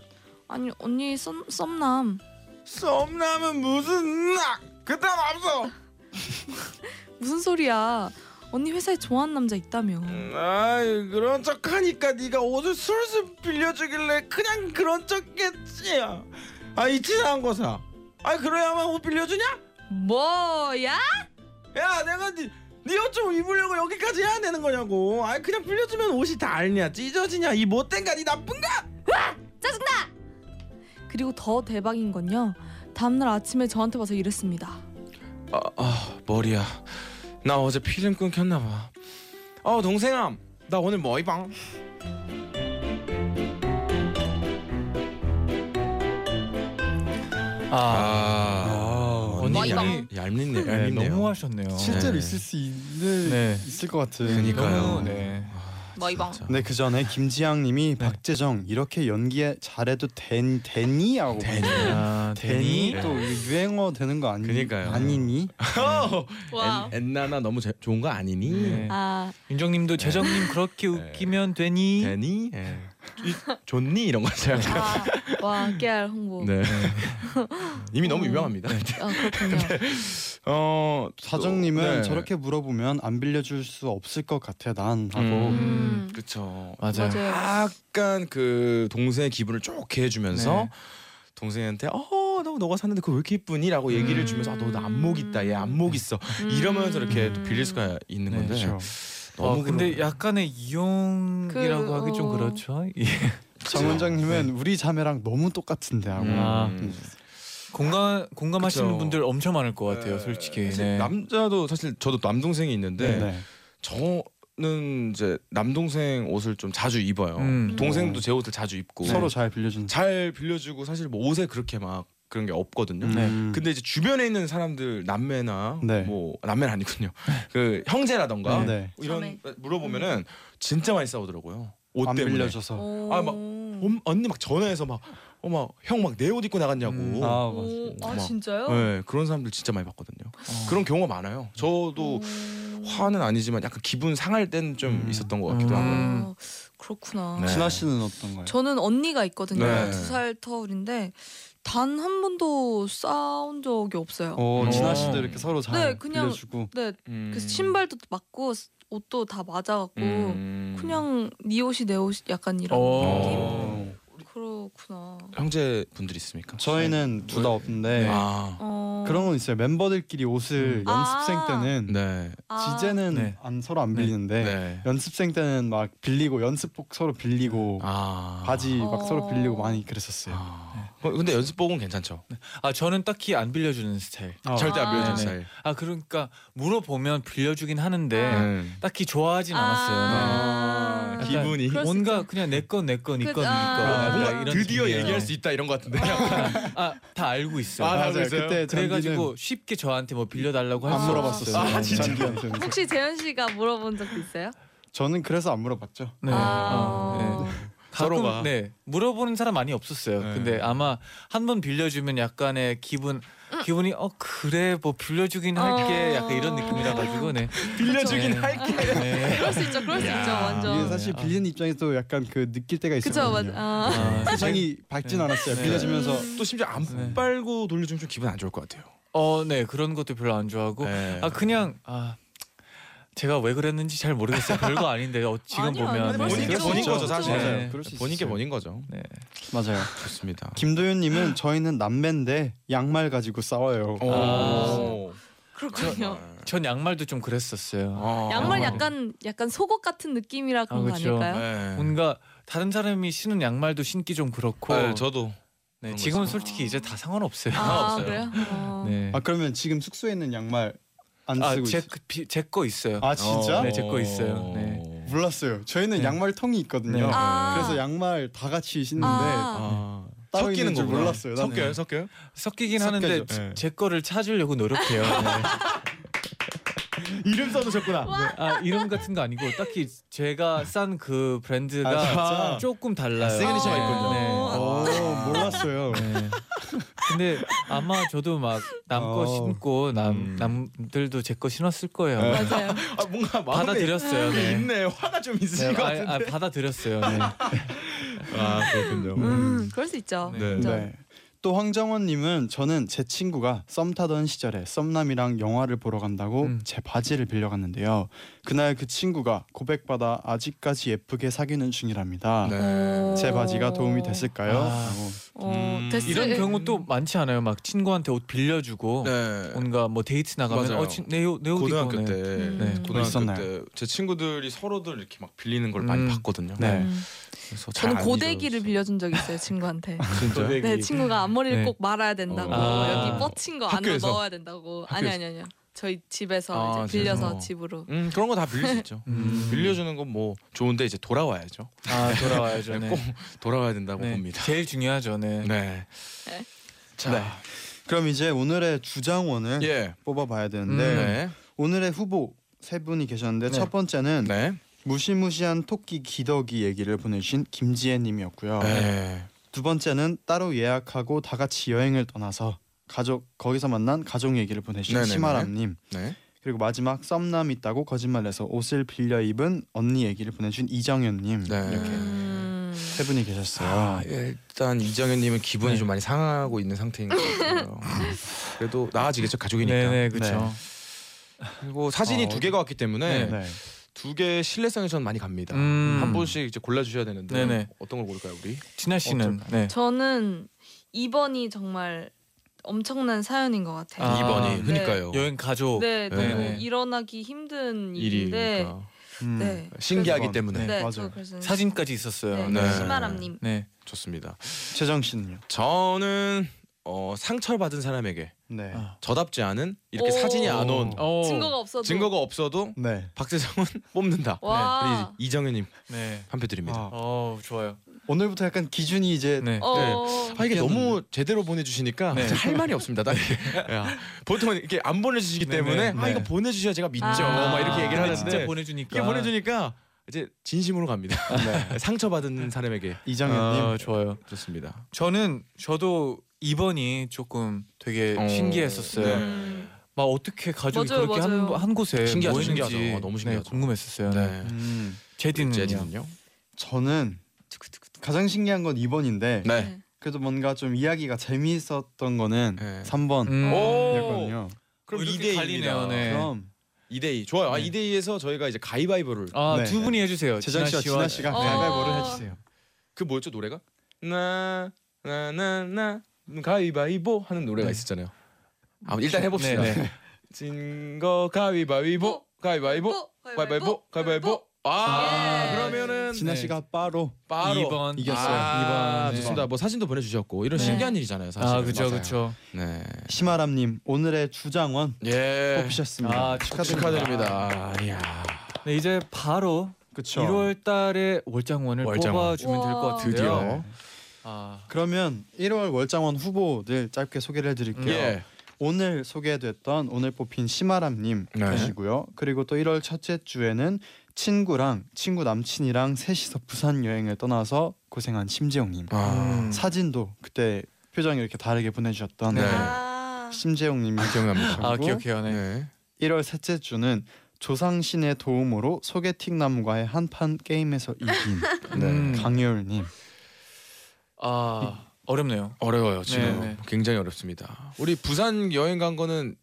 Speaker 1: 아니 언니 썸 썸남
Speaker 5: 썸남은 무슨 낙 그딴 없어
Speaker 1: 무슨 소리야? 언니 회사에 좋아하는 남자 있다며.
Speaker 5: 아 그런 척하니까 네가 옷을 술술 빌려주길래 그냥 그런 척했지. 아이 치사한 거사. 아 그래야만 옷 빌려주냐?
Speaker 1: 뭐야?
Speaker 5: 야 내가 네옷좀 입으려고 여기까지 해야 되는 거냐고. 아 그냥 빌려주면 옷이 다 알냐 찢어지냐 이 못된가 니 나쁜가?
Speaker 1: 짜증나! 그리고 더 대박인 건요. 다음날 아침에 저한테 와서 이랬습니다.
Speaker 5: 아, 아 머리야. 나 어제 필름 끊겼나 봐. 어 동생아 나 오늘 뭐 입방?
Speaker 3: 아,
Speaker 5: 아,
Speaker 2: 아,
Speaker 3: 언니
Speaker 1: 뭐 입방?
Speaker 5: 얇네
Speaker 3: 네,
Speaker 5: 얇네요.
Speaker 3: 너무 하셨네요.
Speaker 2: 실제로
Speaker 5: 네.
Speaker 2: 있을 수 있는
Speaker 3: 네.
Speaker 2: 있을 것 같은.
Speaker 5: 그니까요.
Speaker 3: 너무, 네.
Speaker 1: 뭐 이방.
Speaker 5: 진짜.
Speaker 2: 근데 그 전에
Speaker 5: 네.
Speaker 2: 김지향님이 박재정 이렇게 연기 잘해도 된 되니 하고
Speaker 5: 되니. [LAUGHS] 네.
Speaker 3: 아,
Speaker 2: 되니
Speaker 3: 데니
Speaker 2: 또 이거 유행어 되는 거 아니
Speaker 5: 그니까요.
Speaker 2: 아니니
Speaker 1: 와.
Speaker 5: 엔- 엔나나 너무 제- 좋은 거 아니니?
Speaker 3: 네.
Speaker 1: 아,
Speaker 3: 윤정님도
Speaker 5: 네.
Speaker 3: 재정님 그렇게 웃기면 되니?
Speaker 5: 되니? 예. 이- 좋니? 이런 거죠. 약간.
Speaker 1: 아, 와, 깨알 홍보.
Speaker 5: 네. [LAUGHS] 이미 너무
Speaker 1: 음.
Speaker 5: 유명합니다. 네.
Speaker 1: 아, 그렇군요.
Speaker 5: [LAUGHS] 어
Speaker 2: 사장님은
Speaker 5: 네.
Speaker 2: 저렇게 물어보면 안 빌려줄 수 없을 것 같아 난 하고
Speaker 5: 음.
Speaker 1: 음,
Speaker 5: 그쵸.
Speaker 3: 맞아요.
Speaker 1: 맞아요.
Speaker 5: 약간 그 동생의 기분을 좋게 해주면서
Speaker 3: 네.
Speaker 5: 동생한테 어, 너 너가 샀는데 그거 왜 이렇게 이쁘니?라고 얘기를
Speaker 1: 음.
Speaker 5: 주면서 아, 너 안목 있다, 얘 안목 있어.
Speaker 1: 음.
Speaker 5: 이러면서 이렇게 또 빌릴 수가 있는
Speaker 3: 네,
Speaker 5: 건데
Speaker 2: 그렇죠.
Speaker 5: 너무
Speaker 3: 어, 근데
Speaker 5: 그런-
Speaker 3: 약간의 이용이라고
Speaker 1: 그,
Speaker 3: 하기 좀
Speaker 1: 어.
Speaker 3: 그렇죠. 예.
Speaker 2: 정원장님은 우리 자매랑 너무 똑같은데 하고
Speaker 5: 네. 음.
Speaker 3: 아. 공감 공감하시는
Speaker 5: 그쵸.
Speaker 3: 분들 엄청 많을 것 같아요,
Speaker 5: 네.
Speaker 3: 솔직히.
Speaker 5: 사실
Speaker 3: 네.
Speaker 5: 남자도 사실 저도 남동생이 있는데
Speaker 2: 네. 네.
Speaker 5: 저는 이제 남동생 옷을 좀 자주 입어요.
Speaker 3: 음.
Speaker 5: 동생도 제 옷을 자주 입고
Speaker 2: 네. 서로 잘 빌려준
Speaker 5: 잘 빌려주고 사실 뭐 옷에 그렇게 막 그런 게 없거든요.
Speaker 2: 네.
Speaker 5: 근데 이제 주변에 있는 사람들 남매나
Speaker 2: 네.
Speaker 5: 뭐 남매는 아니군요. 그 형제라던가
Speaker 2: 네.
Speaker 5: 이런
Speaker 1: 자매. 음.
Speaker 5: 물어보면은 진짜 많이 싸우더라고요. 옷
Speaker 2: 안
Speaker 5: 때문에.
Speaker 2: 빌려줘서
Speaker 1: 오.
Speaker 5: 아, 막 엄- 언니 막 전화해서 막어막형 막 내 옷 입고 나갔냐고.
Speaker 3: 음.
Speaker 2: 아 맞아
Speaker 1: 오, 아,
Speaker 5: 막-
Speaker 1: 진짜요?
Speaker 5: 네, 그런 사람들 진짜 많이 봤거든요.
Speaker 2: 어.
Speaker 5: 그런 경우가 많아요. 저도
Speaker 1: 음. 오.
Speaker 5: 화는 아니지만 약간 기분 상할 때는 좀
Speaker 3: 음.
Speaker 5: 있었던 것 같기도 하고.
Speaker 1: 아, 그렇구나.
Speaker 5: 네.
Speaker 2: 진아 씨는 어떤가요?
Speaker 1: 저는 언니가 있거든요.
Speaker 5: 네.
Speaker 1: 두 살 터울인데 단 한 번도 싸운 적이 없어요.
Speaker 2: 어,
Speaker 5: 음.
Speaker 2: 진아 씨도 이렇게 서로 잘
Speaker 1: 네, 그냥-
Speaker 2: 빌려주고
Speaker 1: 네,
Speaker 5: 음.
Speaker 1: 그 신발도 맞고 옷도 다 맞아갖고
Speaker 5: 음.
Speaker 1: 그냥 네 옷이 내 옷이 약간 이런
Speaker 3: 어.
Speaker 1: 느낌. 그렇구나.
Speaker 5: 형제 분들 있습니까? 네.
Speaker 2: 저희는 네. 둘 다 없는데
Speaker 5: 아,
Speaker 1: 어.
Speaker 2: 그런 건 있어요 멤버들끼리 옷을
Speaker 3: 음.
Speaker 2: 연습생
Speaker 1: 아.
Speaker 2: 때는
Speaker 5: 네,
Speaker 1: 아,
Speaker 2: 지제는
Speaker 3: 네.
Speaker 2: 안 서로 안
Speaker 3: 네.
Speaker 2: 빌리는데
Speaker 5: 네.
Speaker 2: 연습생 때는 막 빌리고 연습복 서로 빌리고
Speaker 5: 아,
Speaker 2: 바지 막 서로
Speaker 1: 어.
Speaker 2: 빌리고 많이 그랬었어요.
Speaker 5: 아. 어, 근데 연습복은 괜찮죠.
Speaker 3: 아 저는 딱히 안 빌려주는 스타일.
Speaker 2: 어.
Speaker 5: 절대 안
Speaker 1: 아.
Speaker 5: 빌려주는
Speaker 3: 네.
Speaker 5: 스타일.
Speaker 3: 아 그러니까 물어보면 빌려주긴 하는데
Speaker 5: 음.
Speaker 3: 딱히 좋아하진
Speaker 1: 아.
Speaker 3: 않았어요.
Speaker 1: 아,
Speaker 3: 네.
Speaker 5: 기분이
Speaker 3: 약간
Speaker 1: 그럴 수
Speaker 3: 뭔가
Speaker 1: 있죠.
Speaker 3: 그냥 내 건 내 건 이건
Speaker 1: 그- 아.
Speaker 3: 니까
Speaker 1: 뭔가
Speaker 5: 드디어 얘기할 수 있다 이런 것
Speaker 3: [LAUGHS]
Speaker 5: 같은데.
Speaker 3: 네. 아다 알고 있어요.
Speaker 5: 아, 다 알고
Speaker 2: 맞아요.
Speaker 5: 있어요?
Speaker 2: 그때
Speaker 3: 그래가지고
Speaker 2: 전기는
Speaker 3: 쉽게 저한테 뭐 빌려달라고
Speaker 2: 안
Speaker 3: 할수
Speaker 2: 물어봤었어요.
Speaker 3: 없어요.
Speaker 5: 아, 진짜?
Speaker 2: 전기한테.
Speaker 1: 혹시 재현 씨가 물어본 적도 있어요?
Speaker 2: 저는 그래서 안 물어봤죠.
Speaker 3: 네. 아, 네. 가끔
Speaker 5: 서로가.
Speaker 3: 네 물어보는 사람 많이 없었어요.
Speaker 5: 네.
Speaker 3: 근데 아마 한 번 빌려주면 약간의 기분 기분이 어 그래 뭐 빌려주긴 할게
Speaker 1: 음. 어.
Speaker 3: 약간 이런 느낌이라 가지고 네.
Speaker 5: [LAUGHS] 빌려주긴
Speaker 3: 네.
Speaker 5: 할게.
Speaker 3: 네.
Speaker 1: 그럴 수 있죠. 그럴 수
Speaker 5: 야.
Speaker 1: 있죠.
Speaker 2: 이게
Speaker 1: 완전.
Speaker 5: 아.
Speaker 2: 사실 빌리는 입장에서 약간 그 느낄 때가
Speaker 1: 어. 그죠,
Speaker 2: 있어요.
Speaker 1: 맞아. 음. 아.
Speaker 3: 아,
Speaker 2: 세상이 밝진
Speaker 3: 네.
Speaker 2: 않았어요.
Speaker 3: 네.
Speaker 2: 빌려주면서
Speaker 5: 또 심지어 안
Speaker 3: 네.
Speaker 5: 빨고 돌려주면 좀 기분 안 좋을 것 같아요.
Speaker 3: 어, 네 그런 것도 별로 안 좋아하고
Speaker 5: 네.
Speaker 3: 아 그냥 아 제가 왜 그랬는지 잘 모르겠어요. 별거 아닌데 어, 지금
Speaker 1: 아니요,
Speaker 3: 보면
Speaker 1: 아니요.
Speaker 3: 네.
Speaker 1: 그럴 수
Speaker 5: 본인 게
Speaker 1: 있죠.
Speaker 5: 본인 거죠 사실.
Speaker 3: 맞아요.
Speaker 5: 네.
Speaker 2: 그럴 수
Speaker 5: 본인 게
Speaker 2: 있어요.
Speaker 5: 본인 거죠.
Speaker 3: 네.
Speaker 2: 맞아요.
Speaker 5: 좋습니다.
Speaker 2: 김도윤님은 저희는 남매인데 양말 가지고 싸워요.
Speaker 5: 오.
Speaker 3: 아.
Speaker 1: 그렇군요.
Speaker 3: 전 양말도 좀 그랬었어요.
Speaker 5: 아.
Speaker 1: 양말 약간 약간 속옷 같은 느낌이라 그런
Speaker 3: 아,
Speaker 1: 거
Speaker 3: 그쵸.
Speaker 1: 아닐까요?
Speaker 5: 네.
Speaker 3: 뭔가 다른 사람이 신은 양말도 신기 좀 그렇고
Speaker 5: 네, 저도
Speaker 3: 네,
Speaker 5: 그런
Speaker 3: 지금은
Speaker 5: 거 있어요.
Speaker 3: 솔직히 이제 다 [LAUGHS] 상관없어요.
Speaker 1: 아,
Speaker 5: 없어요.
Speaker 1: 그래요? 어.
Speaker 3: 네. 아,
Speaker 2: 아 그러면 지금 숙소에 있는 양말 안 쓰고 있어요?
Speaker 3: 아제제거 있어요.
Speaker 2: 아 진짜?
Speaker 3: 네, 제거 있어요. 네.
Speaker 2: 몰랐어요. 저희는
Speaker 3: 네.
Speaker 2: 양말 통이 있거든요.
Speaker 3: 네.
Speaker 1: 아.
Speaker 2: 그래서 양말 다 같이 신는데
Speaker 1: 아.
Speaker 5: 아.
Speaker 2: 따로
Speaker 5: 섞이는
Speaker 2: 있는 줄
Speaker 5: 거구나.
Speaker 2: 몰랐어요. 나는.
Speaker 5: 섞여요, 섞여요.
Speaker 3: 섞이긴
Speaker 2: 섞여죠.
Speaker 3: 하는데
Speaker 5: 네.
Speaker 3: 제 거를 찾으려고 노력해요.
Speaker 5: [LAUGHS]
Speaker 3: 네.
Speaker 5: 이름 써놓으셨구나.
Speaker 3: 아 이름 같은 거 아니고 딱히 제가 싼 그 브랜드가
Speaker 2: 아, 진짜?
Speaker 3: 조금 달라요.
Speaker 5: 시그니처가
Speaker 3: 네,
Speaker 5: 있군요.
Speaker 3: 네.
Speaker 2: 오, 어, 몰랐어요.
Speaker 3: 네. [LAUGHS] 근데 아마 저도 막 남 거
Speaker 2: 어.
Speaker 3: 신고 남
Speaker 5: 음.
Speaker 3: 남들도 제 거 신었을 거예요.
Speaker 1: 맞아요.
Speaker 5: 아 뭔가 마음에
Speaker 3: 받아들였어요. 네.
Speaker 5: 있네. 화가 좀 있으신
Speaker 3: 네,
Speaker 5: 것
Speaker 3: 아, 아,
Speaker 5: 같은데.
Speaker 3: 받아들였어요. 네.
Speaker 5: 아 그렇군요.
Speaker 1: 음, 그럴 수 있죠.
Speaker 3: 네.
Speaker 5: 네.
Speaker 1: 진짜.
Speaker 2: 네. 또 황정원님은 저는 제 친구가 썸 타던 시절에 썸남이랑 영화를 보러 간다고
Speaker 3: 음.
Speaker 2: 제 바지를 빌려갔는데요. 그날 그 친구가 고백받아 아직까지 예쁘게 사귀는
Speaker 5: 아,
Speaker 2: 중이랍니다.
Speaker 5: 네.
Speaker 1: 어.
Speaker 2: 제 바지가 도움이 됐을까요?
Speaker 3: 네. 아.
Speaker 2: 라고.
Speaker 1: 어,
Speaker 5: 음,
Speaker 1: 됐을-
Speaker 3: 이런 경우 또 많지 않아요. 막 친구한테 옷 빌려주고
Speaker 5: 네.
Speaker 3: 뭔가 뭐 데이트 나가면
Speaker 5: 맞아요.
Speaker 3: 어내옷내옷
Speaker 5: 고등학교 때,
Speaker 1: 음.
Speaker 3: 네.
Speaker 5: 고등학교
Speaker 2: 있었나요?
Speaker 5: 때제 친구들이 서로들 이렇게 막 빌리는 걸 많이
Speaker 3: 음.
Speaker 5: 봤거든요.
Speaker 2: 네.
Speaker 1: 음.
Speaker 5: 그래서 잘
Speaker 1: 저는
Speaker 5: 안
Speaker 1: 고데기를
Speaker 5: 잊어졌어요.
Speaker 1: 빌려준 적
Speaker 5: [LAUGHS]
Speaker 1: 있어요 친구한테.
Speaker 5: 진짜요?
Speaker 1: 네 친구가 앞머리를
Speaker 3: 네.
Speaker 1: 꼭 말아야 된다고
Speaker 5: 어.
Speaker 3: 아.
Speaker 1: 여기 뻗친 거 안으로
Speaker 5: 학교에서?
Speaker 1: 넣어야 된다고. 아니 아니 아니요. 저희 집에서
Speaker 5: 아,
Speaker 1: 이제 빌려서
Speaker 5: 집에서.
Speaker 1: 집으로.
Speaker 5: 음 그런 거 다 빌릴 수 있죠.
Speaker 3: 음.
Speaker 5: 빌려주는 건 뭐 좋은데 이제 돌아와야죠.
Speaker 3: 아 돌아와야죠.
Speaker 5: 네.
Speaker 3: 네.
Speaker 5: 꼭 돌아와야 된다고
Speaker 3: 네.
Speaker 5: 봅니다.
Speaker 3: 제일 중요하죠. 네.
Speaker 5: 네.
Speaker 1: 네.
Speaker 5: 자,
Speaker 2: 네. 그럼 이제 오늘의 주장원을
Speaker 5: 예,
Speaker 2: 뽑아봐야
Speaker 3: 음,
Speaker 2: 되는데
Speaker 5: 네,
Speaker 2: 오늘의 후보 세 분이 계셨는데
Speaker 3: 네.
Speaker 2: 첫 번째는
Speaker 5: 네,
Speaker 2: 무시무시한 토끼 기덕이 얘기를 보내신 김지혜님이었고요.
Speaker 5: 네.
Speaker 2: 두 번째는 따로 예약하고 다 같이 여행을 떠나서 가족 거기서 만난 가족 얘기를 보내신
Speaker 5: 네네네.
Speaker 2: 심아람님
Speaker 5: 네.
Speaker 2: 그리고 마지막 썸남 있다고 거짓말해서 옷을 빌려 입은 언니 얘기를 보내신 이정현님
Speaker 5: 네.
Speaker 2: 이렇게
Speaker 1: 음.
Speaker 2: 세 분이 계셨어요.
Speaker 5: 아, 예, 일단 이정현님은 기분이
Speaker 3: 네.
Speaker 5: 좀 많이 상하고 있는 상태인 것
Speaker 3: [LAUGHS]
Speaker 5: 같고요. 그래도 나아지겠죠 가족이니까.
Speaker 3: 네네 그렇죠.
Speaker 5: 그리고 사진이
Speaker 2: 어,
Speaker 5: 두 개가 왔기 때문에
Speaker 2: 네. 네.
Speaker 5: 두 개의 신뢰성이 저는 많이 갑니다.
Speaker 3: 음.
Speaker 5: 한 분씩 이제 골라 주셔야 되는데
Speaker 3: 네네.
Speaker 5: 어떤 걸 고를까요 우리?
Speaker 3: 진아 씨는
Speaker 5: 어쩔까요?
Speaker 3: 네.
Speaker 1: 저는 2번이 정말 엄청난 사연인 것 같아요.
Speaker 3: 아,
Speaker 5: 2번이
Speaker 3: 네.
Speaker 5: 그러니까요.
Speaker 3: 여행 가족.
Speaker 1: 네, 너무
Speaker 5: 네.
Speaker 1: 일어나기 힘든 일인데.
Speaker 5: 일이니까
Speaker 2: 음.
Speaker 1: 네.
Speaker 5: 그러니까 신기하기
Speaker 2: 그래서-
Speaker 5: 때문에
Speaker 1: 네,
Speaker 2: 네,
Speaker 1: 저
Speaker 2: 맞아요.
Speaker 1: 그래서
Speaker 3: 사진까지 있었어요.
Speaker 1: 네,
Speaker 3: 네.
Speaker 5: 네.
Speaker 1: 심아람님.
Speaker 3: 네.
Speaker 5: 좋습니다.
Speaker 2: 최정 씨는요?
Speaker 5: 저는 어, 상처를 받은 사람에게
Speaker 2: 네.
Speaker 3: 아.
Speaker 5: 저답지 않은 이렇게
Speaker 1: 오.
Speaker 5: 사진이 안 온
Speaker 3: 오.
Speaker 1: 증거가 없어도
Speaker 5: 증거가 없어도
Speaker 2: 네.
Speaker 5: 박세성은 [LAUGHS] 뽑는다.
Speaker 1: 와.
Speaker 5: 우리 이정현님
Speaker 3: 네.
Speaker 5: 한표 드립니다.
Speaker 2: 아,
Speaker 3: 어 좋아요.
Speaker 2: 오늘부터 약간 기준이 이제
Speaker 3: 네.
Speaker 1: 어.
Speaker 5: 아
Speaker 2: 느끼하던데.
Speaker 5: 이게 너무 제대로
Speaker 3: [LAUGHS]
Speaker 5: 보내주시니까
Speaker 3: 네.
Speaker 5: 진짜 할 말이 없습니다. 나 이게 야, 보통은 이렇게 안 보내주시기
Speaker 3: 네네.
Speaker 5: 때문에 아
Speaker 2: 네.
Speaker 5: 이거 보내주셔야 제가 믿죠.
Speaker 1: 아.
Speaker 5: 막 이렇게
Speaker 3: 근데
Speaker 5: 얘기를 하는데
Speaker 3: 진짜 보내주니까.
Speaker 5: 이게 보내주니까 이제 진심으로 갑니다.
Speaker 2: 네.
Speaker 5: [LAUGHS] 상처 받은 사람에게
Speaker 2: [LAUGHS] 이정현님
Speaker 3: 아, 좋아요.
Speaker 5: 좋습니다.
Speaker 3: 저는 저도 2번이 조금 되게
Speaker 5: 어,
Speaker 3: 신기했었어요.
Speaker 5: 네.
Speaker 1: 음.
Speaker 3: 막 어떻게 가족이
Speaker 1: 맞아요,
Speaker 3: 그렇게
Speaker 1: 맞아요.
Speaker 3: 한, 한 곳에
Speaker 5: 신기하죠,
Speaker 3: 모이는지
Speaker 5: 신기하죠. 아, 너무 신기하죠.
Speaker 3: 네, 궁금했었어요. 네.
Speaker 5: 네.
Speaker 2: 음,
Speaker 3: 제디는요?
Speaker 5: 제디는요?
Speaker 2: 저는 가장 신기한 건 2번인데
Speaker 5: 네.
Speaker 2: 그래도 뭔가 좀 이야기가 재미있었던 거는
Speaker 5: 네.
Speaker 2: 3번
Speaker 3: 음.
Speaker 2: 이었거든요.
Speaker 5: 그럼
Speaker 3: 어, 이렇게
Speaker 5: 2대 2입니다.
Speaker 3: 갈리네요, 네.
Speaker 2: 그럼
Speaker 5: 2대2 좋아요. 아
Speaker 3: 네.
Speaker 5: 2대2에서 저희가 이제 가위바위보를
Speaker 3: 아,
Speaker 2: 네.
Speaker 3: 두 분이 해주세요.
Speaker 2: 재정 씨와 진아 씨가
Speaker 3: 네.
Speaker 2: 네.
Speaker 1: 어.
Speaker 2: 가위바위보를 해주세요.
Speaker 5: 그 뭐였죠 노래가? 나나나나 가위바위보 하는 노래가
Speaker 3: 네.
Speaker 5: 있었잖아요. 아 일단 해봅시다.
Speaker 3: 네, 네.
Speaker 5: [LAUGHS] 진거 가위바위보
Speaker 1: 뭐?
Speaker 5: 뭐? 가위바위보 가위바위보 가위바위보 아
Speaker 1: 예.
Speaker 5: 그러면은
Speaker 2: 진아
Speaker 3: 네.
Speaker 2: 씨가 빠로
Speaker 5: 바로
Speaker 3: 2번
Speaker 2: 이겼어요.
Speaker 5: 아,
Speaker 3: 이번.
Speaker 5: 좋습니다. 뭐 사진도 보내주셨고 이런
Speaker 1: 네.
Speaker 5: 신기한 일이잖아요. 사실.
Speaker 3: 아, 그렇죠, 그렇죠.
Speaker 5: 네.
Speaker 2: 심아람님 오늘의 주장원
Speaker 5: 예.
Speaker 2: 뽑히셨습니다.
Speaker 3: 아,
Speaker 5: 축하드립니다. 아, 이야.
Speaker 3: 네, 이제 바로
Speaker 2: 그쵸.
Speaker 3: 1월 달에 월장원을
Speaker 5: 월장원.
Speaker 3: 뽑아주면 될 것
Speaker 1: 우와.
Speaker 3: 같은데요.
Speaker 5: 드디어.
Speaker 3: 아,
Speaker 2: 그러면 1월 월장원 후보들 짧게 소개를 해드릴게요.
Speaker 5: 예.
Speaker 2: 오늘 소개됐던 오늘 뽑힌 심아람님
Speaker 5: 네.
Speaker 2: 계시고요. 그리고 또 1월 첫째 주에는 친구랑 친구 남친이랑 셋이서 부산 여행을 떠나서 고생한 심재용님.
Speaker 5: 아.
Speaker 3: 음.
Speaker 2: 사진도 그때 표정이 이렇게 다르게 보내주셨던
Speaker 5: 네.
Speaker 1: 아.
Speaker 2: 심재용님이
Speaker 5: 기억납니다.
Speaker 3: 아 기억해요. 네.
Speaker 5: 네.
Speaker 2: 1월 셋째 주는 조상신의 도움으로 소개팅 남과의 한판 게임에서 이긴
Speaker 5: 네.
Speaker 3: 음.
Speaker 2: 강효율님.
Speaker 3: 아 어렵네요.
Speaker 5: 어려워요 지금
Speaker 3: 네, 네.
Speaker 5: 굉장히 어렵습니다. 우리 부산 여행 간 거는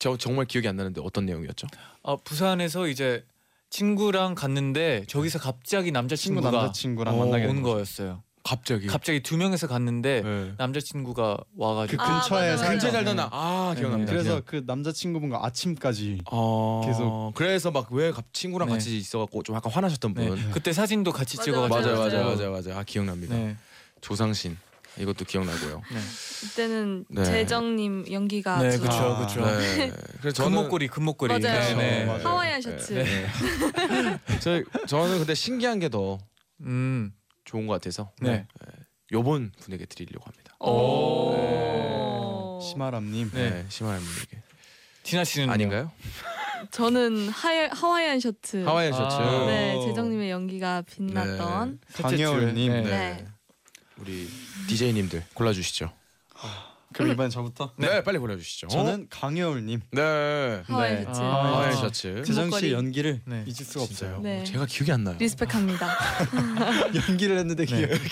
Speaker 5: 저 정말 기억이 안 나는데 어떤 내용이었죠?
Speaker 3: 아 부산에서 이제 친구랑 갔는데 저기서
Speaker 5: 네.
Speaker 3: 갑자기
Speaker 2: 친구
Speaker 3: 남자친구가
Speaker 2: 남자친구랑
Speaker 5: 어,
Speaker 2: 만나게
Speaker 3: 온
Speaker 2: 된
Speaker 3: 거였어요.
Speaker 5: 갑자기.
Speaker 3: 갑자기 두 명에서 갔는데
Speaker 5: 네.
Speaker 3: 남자친구가
Speaker 2: 그
Speaker 3: 와가지고
Speaker 1: 아,
Speaker 2: 근처에
Speaker 1: 맞아요.
Speaker 2: 살던
Speaker 5: 굉장히 잘
Speaker 3: 네.
Speaker 5: 떠나. 아
Speaker 3: 네,
Speaker 5: 기억납니다.
Speaker 2: 그래서
Speaker 5: 기억.
Speaker 2: 그 남자친구분과 아침까지
Speaker 5: 어...
Speaker 2: 계속-
Speaker 5: 그래서 막 왜 친구랑
Speaker 3: 네.
Speaker 5: 같이 있어가지고 좀 약간 화나셨던
Speaker 3: 네. [LAUGHS]
Speaker 5: 분.
Speaker 3: 그때 사진도 같이
Speaker 1: 맞아요,
Speaker 3: 찍어가지고
Speaker 5: 맞아요, 맞아요,
Speaker 1: 맞아요.
Speaker 5: 맞아요, 맞아요. 아 기억납니다.
Speaker 3: 네.
Speaker 5: 조상신 이것도 기억나고요.
Speaker 1: 이때는
Speaker 5: 네.
Speaker 1: 재정님 연기가
Speaker 3: 네,
Speaker 1: 아주-
Speaker 3: 그쵸,
Speaker 2: 아,
Speaker 3: 그쵸.
Speaker 5: 네. 그래서 저는
Speaker 3: 금목걸이, 금목걸이. 네,
Speaker 1: 맞아요.
Speaker 3: 네.
Speaker 2: 맞아요.
Speaker 1: 하와이안 셔츠.
Speaker 5: 네. [LAUGHS] 저희 저는 근데 신기한 게 더
Speaker 3: 음,
Speaker 5: 좋은 것 같아서
Speaker 3: 네.
Speaker 5: 요번 분에게 드리려고 합니다.
Speaker 1: 어. 오. 어.
Speaker 2: 심아람님.
Speaker 3: 네.
Speaker 5: 네, 심한 분에게
Speaker 3: 진아 씨는
Speaker 5: 아닌가요?
Speaker 1: 저는 하이, 하와이안 셔츠.
Speaker 5: 하와이안
Speaker 3: 아.
Speaker 5: 셔츠. 네.
Speaker 1: 네, 재정님의 연기가 빛났던.
Speaker 2: 강혜울님.
Speaker 3: 네.
Speaker 5: 우리 DJ님들 골라주시죠.
Speaker 2: 그럼 이번엔 저부터.
Speaker 5: 네, 빨리 보내주시죠.
Speaker 2: 저는 강여울님
Speaker 5: 네
Speaker 1: 하와이
Speaker 2: 네.
Speaker 1: 셔츠.
Speaker 3: 아,
Speaker 5: 하와이
Speaker 3: 아,
Speaker 5: 셔츠.
Speaker 2: 재정 씨
Speaker 1: 목걸이.
Speaker 2: 연기를
Speaker 3: 네.
Speaker 2: 잊을 수가 없어요.
Speaker 1: 네.
Speaker 5: 제가 기억이 안 나요.
Speaker 1: 리스펙합니다.
Speaker 2: 연기를 했는데
Speaker 3: 네.
Speaker 2: 기억이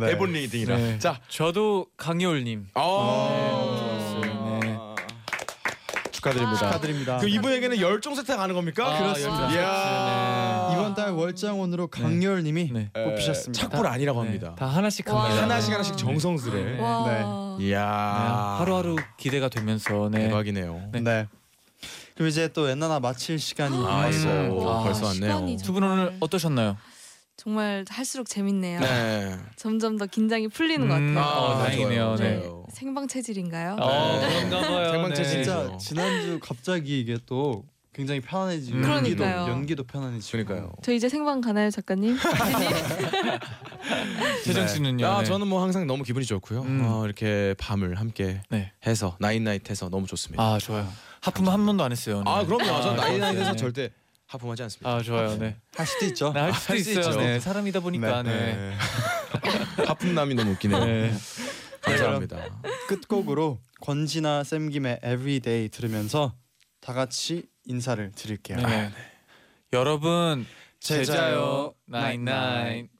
Speaker 2: 네.
Speaker 5: 에본 리딩이라.
Speaker 3: 네.
Speaker 5: 자,
Speaker 3: 저도 강여울님.
Speaker 1: 어.
Speaker 3: 네.
Speaker 5: 아~ 축하드립니다.
Speaker 2: 축하드립니다.
Speaker 5: 그 이분에게는 열종 세트 네. 가는 겁니까?
Speaker 3: 아, 그렇습니다. 열종
Speaker 5: 이야.
Speaker 2: 이번 달 월장원으로 강여울님이
Speaker 3: 네.
Speaker 5: 에,
Speaker 2: 뽑히셨습니다.
Speaker 5: 착불 아니라고
Speaker 3: 네,
Speaker 5: 합니다. 네.
Speaker 3: 다 하나씩
Speaker 1: 와.
Speaker 3: 갑니다.
Speaker 5: 하나씩 하나씩 정성스레.
Speaker 3: 네.
Speaker 1: 와.
Speaker 5: 이야.
Speaker 3: 네, 하루하루 기대가 되면서 네.
Speaker 5: 대박이네요.
Speaker 3: 네.
Speaker 2: 네. 그럼 이제 또 엔나나 마칠 시간이
Speaker 5: 아,
Speaker 2: 왔어요.
Speaker 5: 아이고
Speaker 3: 와,
Speaker 5: 벌써 왔네요.
Speaker 1: 네. 시간이 좀-
Speaker 3: 두 분 오늘
Speaker 1: 정말.
Speaker 3: 어떠셨나요?
Speaker 1: 정말 할수록 재밌네요.
Speaker 5: 네.
Speaker 1: 점점 더 긴장이 풀리는
Speaker 3: 음,
Speaker 1: 것 같아요.
Speaker 3: 아, 다행이네요.
Speaker 1: 네.
Speaker 3: 네.
Speaker 1: 생방 체질인가요?
Speaker 3: 어,
Speaker 5: 네. 그렇죠.
Speaker 3: 그런가 봐요.
Speaker 5: 생방채
Speaker 3: 네.
Speaker 5: 진짜.
Speaker 2: 진짜 지난주 갑자기 이게 또 굉장히 편안해지고
Speaker 3: 음.
Speaker 2: 연기도
Speaker 1: 그러니까요.
Speaker 2: 연기도 편안해지고
Speaker 5: 그러니까요.
Speaker 1: 저 이제 생방 가나요, 작가님?
Speaker 3: 재정 씨는요?
Speaker 5: 아
Speaker 3: 네.
Speaker 5: 저는 뭐 항상 너무 기분이 좋고요.
Speaker 3: 음.
Speaker 5: 어, 이렇게 밤을 함께
Speaker 3: 네.
Speaker 5: 해서 나인나잇해서 너무 좋습니다. 아,
Speaker 3: 아 좋아요. 하품 한 번도 안 했어요. 오늘.
Speaker 5: 그럼요. 저
Speaker 3: 아,
Speaker 5: 나인나잇에서
Speaker 3: 네.
Speaker 5: 절대 하품하지 않습니다.
Speaker 3: 아 좋아요. 네.
Speaker 2: 할 수도 있죠.
Speaker 3: 나할 수도
Speaker 5: 할 수
Speaker 3: 있어요.
Speaker 5: 있죠.
Speaker 3: 네. 사람이다 보니까 네.
Speaker 5: 하품남이 너무 웃기네요.
Speaker 3: 네.
Speaker 5: 감사합니다.
Speaker 2: 끝곡으로 권지나 쌤김의 Everyday 들으면서 다 같이 인사를 드릴게요.
Speaker 3: 네. 여러분
Speaker 2: 아, 네. 제자요.
Speaker 3: 나인 나인.